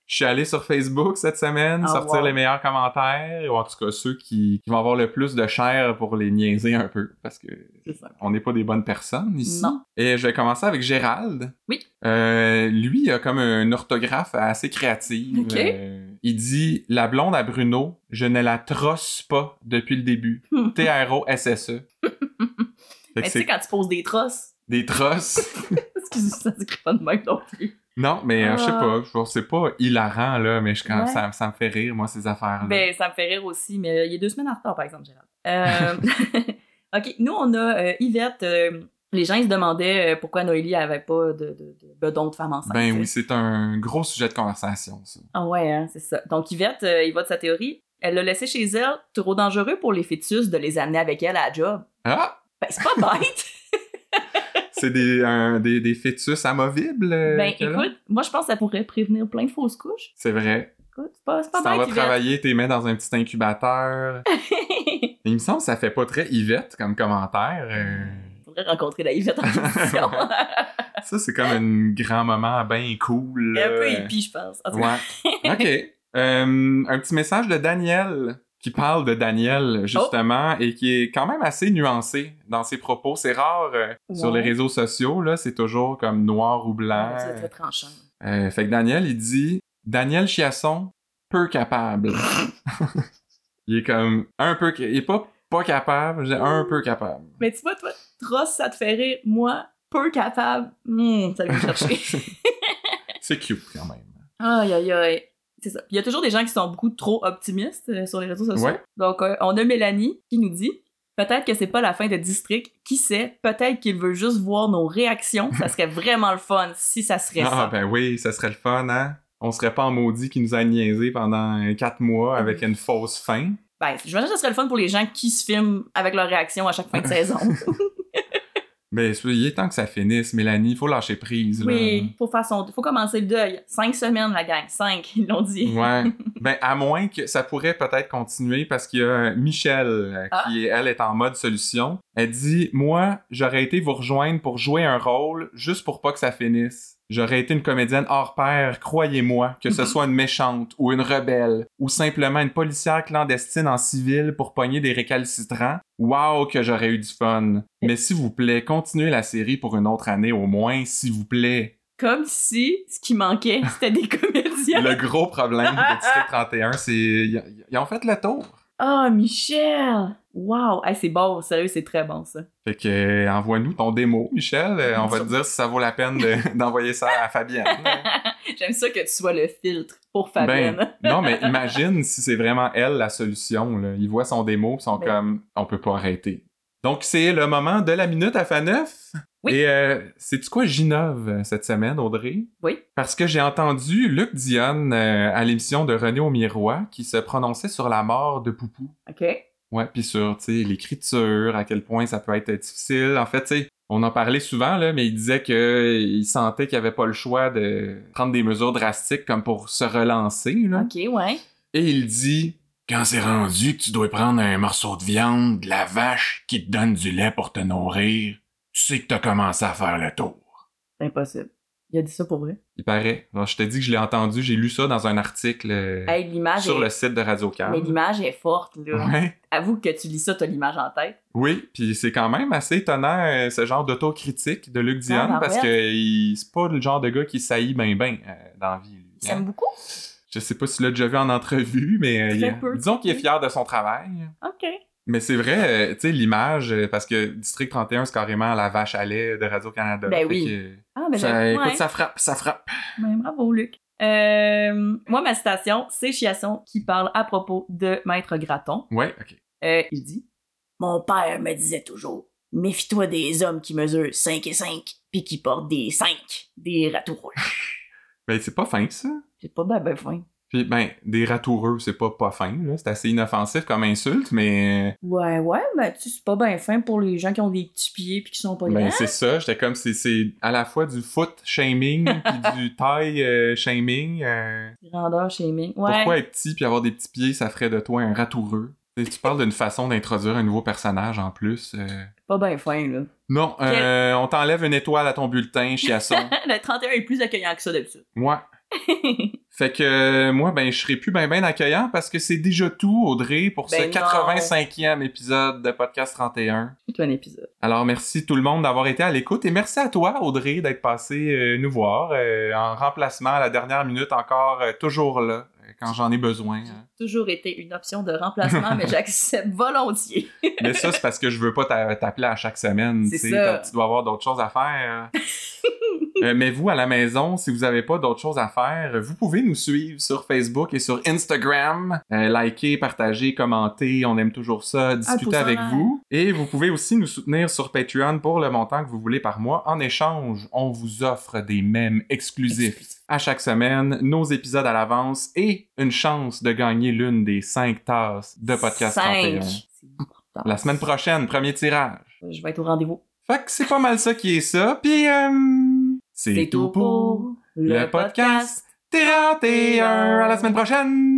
S1: je suis allé sur Facebook cette semaine,
S2: Ah,
S1: sortir
S2: wow.
S1: les meilleurs commentaires, ou en tout cas ceux qui, qui vont avoir le plus de chair pour les niaiser un peu, parce que
S2: C'est ça.
S1: on n'est pas des bonnes personnes ici.
S2: Non.
S1: Et je vais commencer avec Gérald.
S2: Oui.
S1: Euh, lui, il a comme une orthographe assez créative.
S2: Ok.
S1: Euh, il dit La blonde à Bruno, je ne la trosse pas depuis le début. T-R-O-S-S-E. E. Fait que
S2: Mais tu
S1: c'est
S2: sais, quand tu poses des trosses,
S1: des trosses.
S2: excuse-moi, ça s'écrit pas de même non plus.
S1: non, mais euh, je sais
S2: Ah.
S1: pas. je- C'est pas hilarant, là, mais je, quand,
S2: Ouais.
S1: ça, ça me fait rire, moi, ces affaires-là.
S2: Ben, ça me fait rire aussi, mais euh, il y a deux semaines en retard, par exemple, Gérald. Euh, OK, nous, on a euh, Yvette. euh, les gens, ils se demandaient euh, pourquoi Noélie avait pas de, de, de bedon de femme enceinte.
S1: Ben oui, c'est un gros sujet de conversation, ça.
S2: Ah ouais, hein, c'est ça. Donc Yvette, euh, il va de sa théorie. Elle l'a laissé chez elle, trop dangereux pour les fœtus de les amener avec elle à la job.
S1: Ah
S2: Ben, c'est pas bête!
S1: C'est des, un- des, des fœtus amovibles. euh,
S2: ben,
S1: qu'elle a?
S2: écoute, moi, je pense que ça pourrait prévenir plein de fausses couches.
S1: C'est vrai.
S2: Écoute, c'est pas, c'est
S1: Tu
S2: pas
S1: t'en vas
S2: bête, Yvette.
S1: travailler, t'es mets dans un petit incubateur. Il me semble que ça fait pas très Yvette comme commentaire. euh.
S2: Faudrait rencontrer la Yvette en position.
S1: ça, c'est comme un grand moment bien cool.
S2: un
S1: là.
S2: peu hippie, je pense. En tout cas,
S1: Ouais. OK. Euh, un petit message de Daniel qui parle de
S2: Oh.
S1: Daniel, justement, et qui est quand même assez nuancé dans ses propos. C'est rare euh, sur les
S2: Ouais.
S1: réseaux sociaux, là, c'est toujours comme noir ou blanc.
S2: C'est très tranchant.
S1: Euh, fait que Daniel, il dit Daniel Chiasson, peu capable. il est comme un peu. Il est pas pas capable, je dis un peu capable.
S2: Mais tu vois, toi, trosse, ça te fait rire. Moi, peu capable. Hum, ça va me chercher.
S1: C'est cute quand même.
S2: aïe, aïe, aïe. C'est ça. Il y a toujours des gens qui sont beaucoup trop optimistes euh, sur les réseaux sociaux.
S1: Ouais.
S2: Donc, euh, on a Mélanie qui nous dit Peut-être que c'est pas la fin de District. Qui sait Peut-être qu'il veut juste voir nos réactions. Ça serait vraiment le fun si ça serait
S1: Ah
S2: ça.
S1: ben oui, ça serait le fun, hein? On serait pas en maudit qui nous a niaisé pendant euh, quatre mois
S2: Mm-hmm.
S1: avec une fausse fin.
S2: Ben, j'imagine que ça serait le fun pour les gens qui se filment avec leurs réactions à chaque fin de saison.
S1: Mais Ben, c'est- il est temps que ça finisse, Mélanie, faut lâcher prise. là.
S2: oui, faut faire son. Faut commencer le deuil. Cinq semaines, la gang. Cinq, ils l'ont dit.
S1: Ouais. Ben, à moins que ça pourrait peut-être continuer parce qu'il y a Michelle euh,
S2: Ah.
S1: qui, elle, est en mode solution. Elle dit Moi, j'aurais été vous rejoindre pour jouer un rôle juste pour pas que ça finisse. J'aurais été une comédienne hors pair, croyez-moi, que ce soit une méchante ou une rebelle ou simplement une policière clandestine en civil pour pogner des récalcitrants. Waouh, que j'aurais eu du fun. Mais s'il vous plaît, continuez la série pour une autre année au moins, s'il vous plaît.
S2: Comme si ce qui manquait, c'était des comédiens.
S1: Le gros problème de District 31, c'est. Ils ils ont fait le tour.
S2: Ah, Michel! Wow! Hey, c'est bon, sérieux, c'est très bon, ça.
S1: Fait que euh, envoie-nous ton démo, Michel. Euh, on va te dire si ça vaut la peine de- d'envoyer ça à Fabienne.
S2: J'aime ça que tu sois le filtre pour Fabienne.
S1: non, mais imagine si c'est vraiment elle la solution. Là. Ils voient son démo, ils sont
S2: Ben.
S1: comme on peut pas arrêter. Donc c'est le moment de la minute à Faneuf.
S2: Oui.
S1: Et euh, sais-tu quoi j'innove euh, cette semaine, Audrey?
S2: Oui.
S1: Parce que j'ai entendu Luc Dionne euh, à l'émission de René au miroir qui se prononçait sur la mort de Poupou.
S2: OK.
S1: Ouais, puis sur, tu sais, l'écriture, à quel point ça peut être difficile. En fait, tu sais, on en parlait souvent, là, mais il disait que il sentait qu'il avait pas le choix de prendre des mesures drastiques comme pour se relancer, là.
S2: OK, ouais.
S1: Et il dit... Quand c'est rendu que tu dois prendre un morceau de viande de la vache qui te donne du lait pour te nourrir, tu sais que t'as commencé à faire le tour.
S2: C'est impossible. Il a dit ça pour vrai.
S1: Il paraît. Alors, je te dis que je l'ai entendu, j'ai lu ça dans un article euh,
S2: Hey, l'image
S1: sur
S2: est...
S1: le site de radio
S2: Mais l'image est forte, là.
S1: Ouais.
S2: Avoue que tu lis ça, t'as l'image en tête.
S1: Oui, puis c'est quand même assez étonnant euh, ce genre d'autocritique de Luc Dion
S2: Ah, ben
S1: parce
S2: ouais.
S1: que il- c'est pas le genre de gars qui saillit ben ben euh, dans la vie. lui,
S2: Il
S1: hein.
S2: s'aime beaucoup?
S1: Je sais pas si tu l'as déjà vu en entrevue, mais euh,
S2: Très
S1: il-
S2: peu.
S1: disons qu'il est fier de son travail.
S2: OK.
S1: Mais c'est vrai, euh, tu sais, l'image, euh, parce que District 31, c'est carrément la vache à lait de Radio-Canada.
S2: Ben
S1: Fait
S2: oui.
S1: que,
S2: Ah, mais
S1: ça,
S2: j'aime-
S1: écoute,
S2: ouais.
S1: ça frappe, ça frappe.
S2: Ouais, bravo, Luc. Euh, moi, ma citation, c'est Chiasson qui parle à propos de Maître Graton.
S1: Ouais, ok.
S2: Euh, il dit Mon père me disait toujours Méfie-toi des hommes qui mesurent 5 et 5 puis qui portent des 5, des ratoureux.
S1: Ben, c'est pas fin, ça.
S2: C'est pas ben, ben fin.
S1: Puis, ben, des ratoureux, c'est pas pas fin, là. C'est assez inoffensif comme insulte, mais... euh,
S2: Ouais, ouais, ben, tu sais, c'est pas ben fin pour les gens qui ont des petits pieds puis qui sont pas
S1: Ben,
S2: grands.
S1: c'est ça. J'étais comme, c'est- c'est à la fois du foot shaming puis du taille euh, shaming. euh,
S2: Grandeur shaming. Ouais.
S1: Pourquoi être petit puis avoir des petits pieds, ça ferait de toi un ratoureux? Tu sais, tu parles d'une façon d'introduire un nouveau personnage en plus. euh.
S2: Pas ben fin, là.
S1: Non, euh, on t'enlève une étoile à ton bulletin, chiasson.
S2: le 31 est plus accueillant que ça d'habitude.
S1: Ouais. Fait que euh, moi, ben, je serais plus ben ben accueillant parce que c'est déjà tout, Audrey, pour
S2: Ben non.
S1: ce 85e épisode de Podcast 31.
S2: C'est un épisode.
S1: Alors, merci tout le monde d'avoir été à l'écoute et merci à toi, Audrey, d'être passé euh, nous voir euh, en remplacement à la dernière minute, encore euh, toujours là, euh, quand j'en ai besoin. hein.
S2: Toujours été une option de remplacement, mais j'accepte volontiers.
S1: Mais ça, c'est parce que je veux pas t'a- t'appeler à chaque semaine.
S2: C'est
S1: tu sais,
S2: ça.
S1: quand Tu dois avoir d'autres choses à faire. Euh, mais vous, à la maison, si vous n'avez pas d'autres choses à faire, vous pouvez nous suivre sur Facebook et sur Instagram. Euh, liker, partager, commenter, on aime toujours ça, discuter
S2: pouce en
S1: avec
S2: l'air.
S1: vous. Et vous pouvez aussi nous soutenir sur Patreon pour le montant que vous voulez par mois. En échange, on vous offre des mèmes exclusifs à chaque semaine, nos épisodes à l'avance et une chance de gagner l'une des cinq tasses de Podcast
S2: Cinq.
S1: 31.
S2: C'est beaucoup de temps.
S1: La semaine prochaine, premier tirage.
S2: Je vais être au rendez-vous.
S1: Fait que c'est pas mal ça qui est ça. Puis, euh, c'est tout pour
S2: le
S1: le podcast 31. À la semaine prochaine!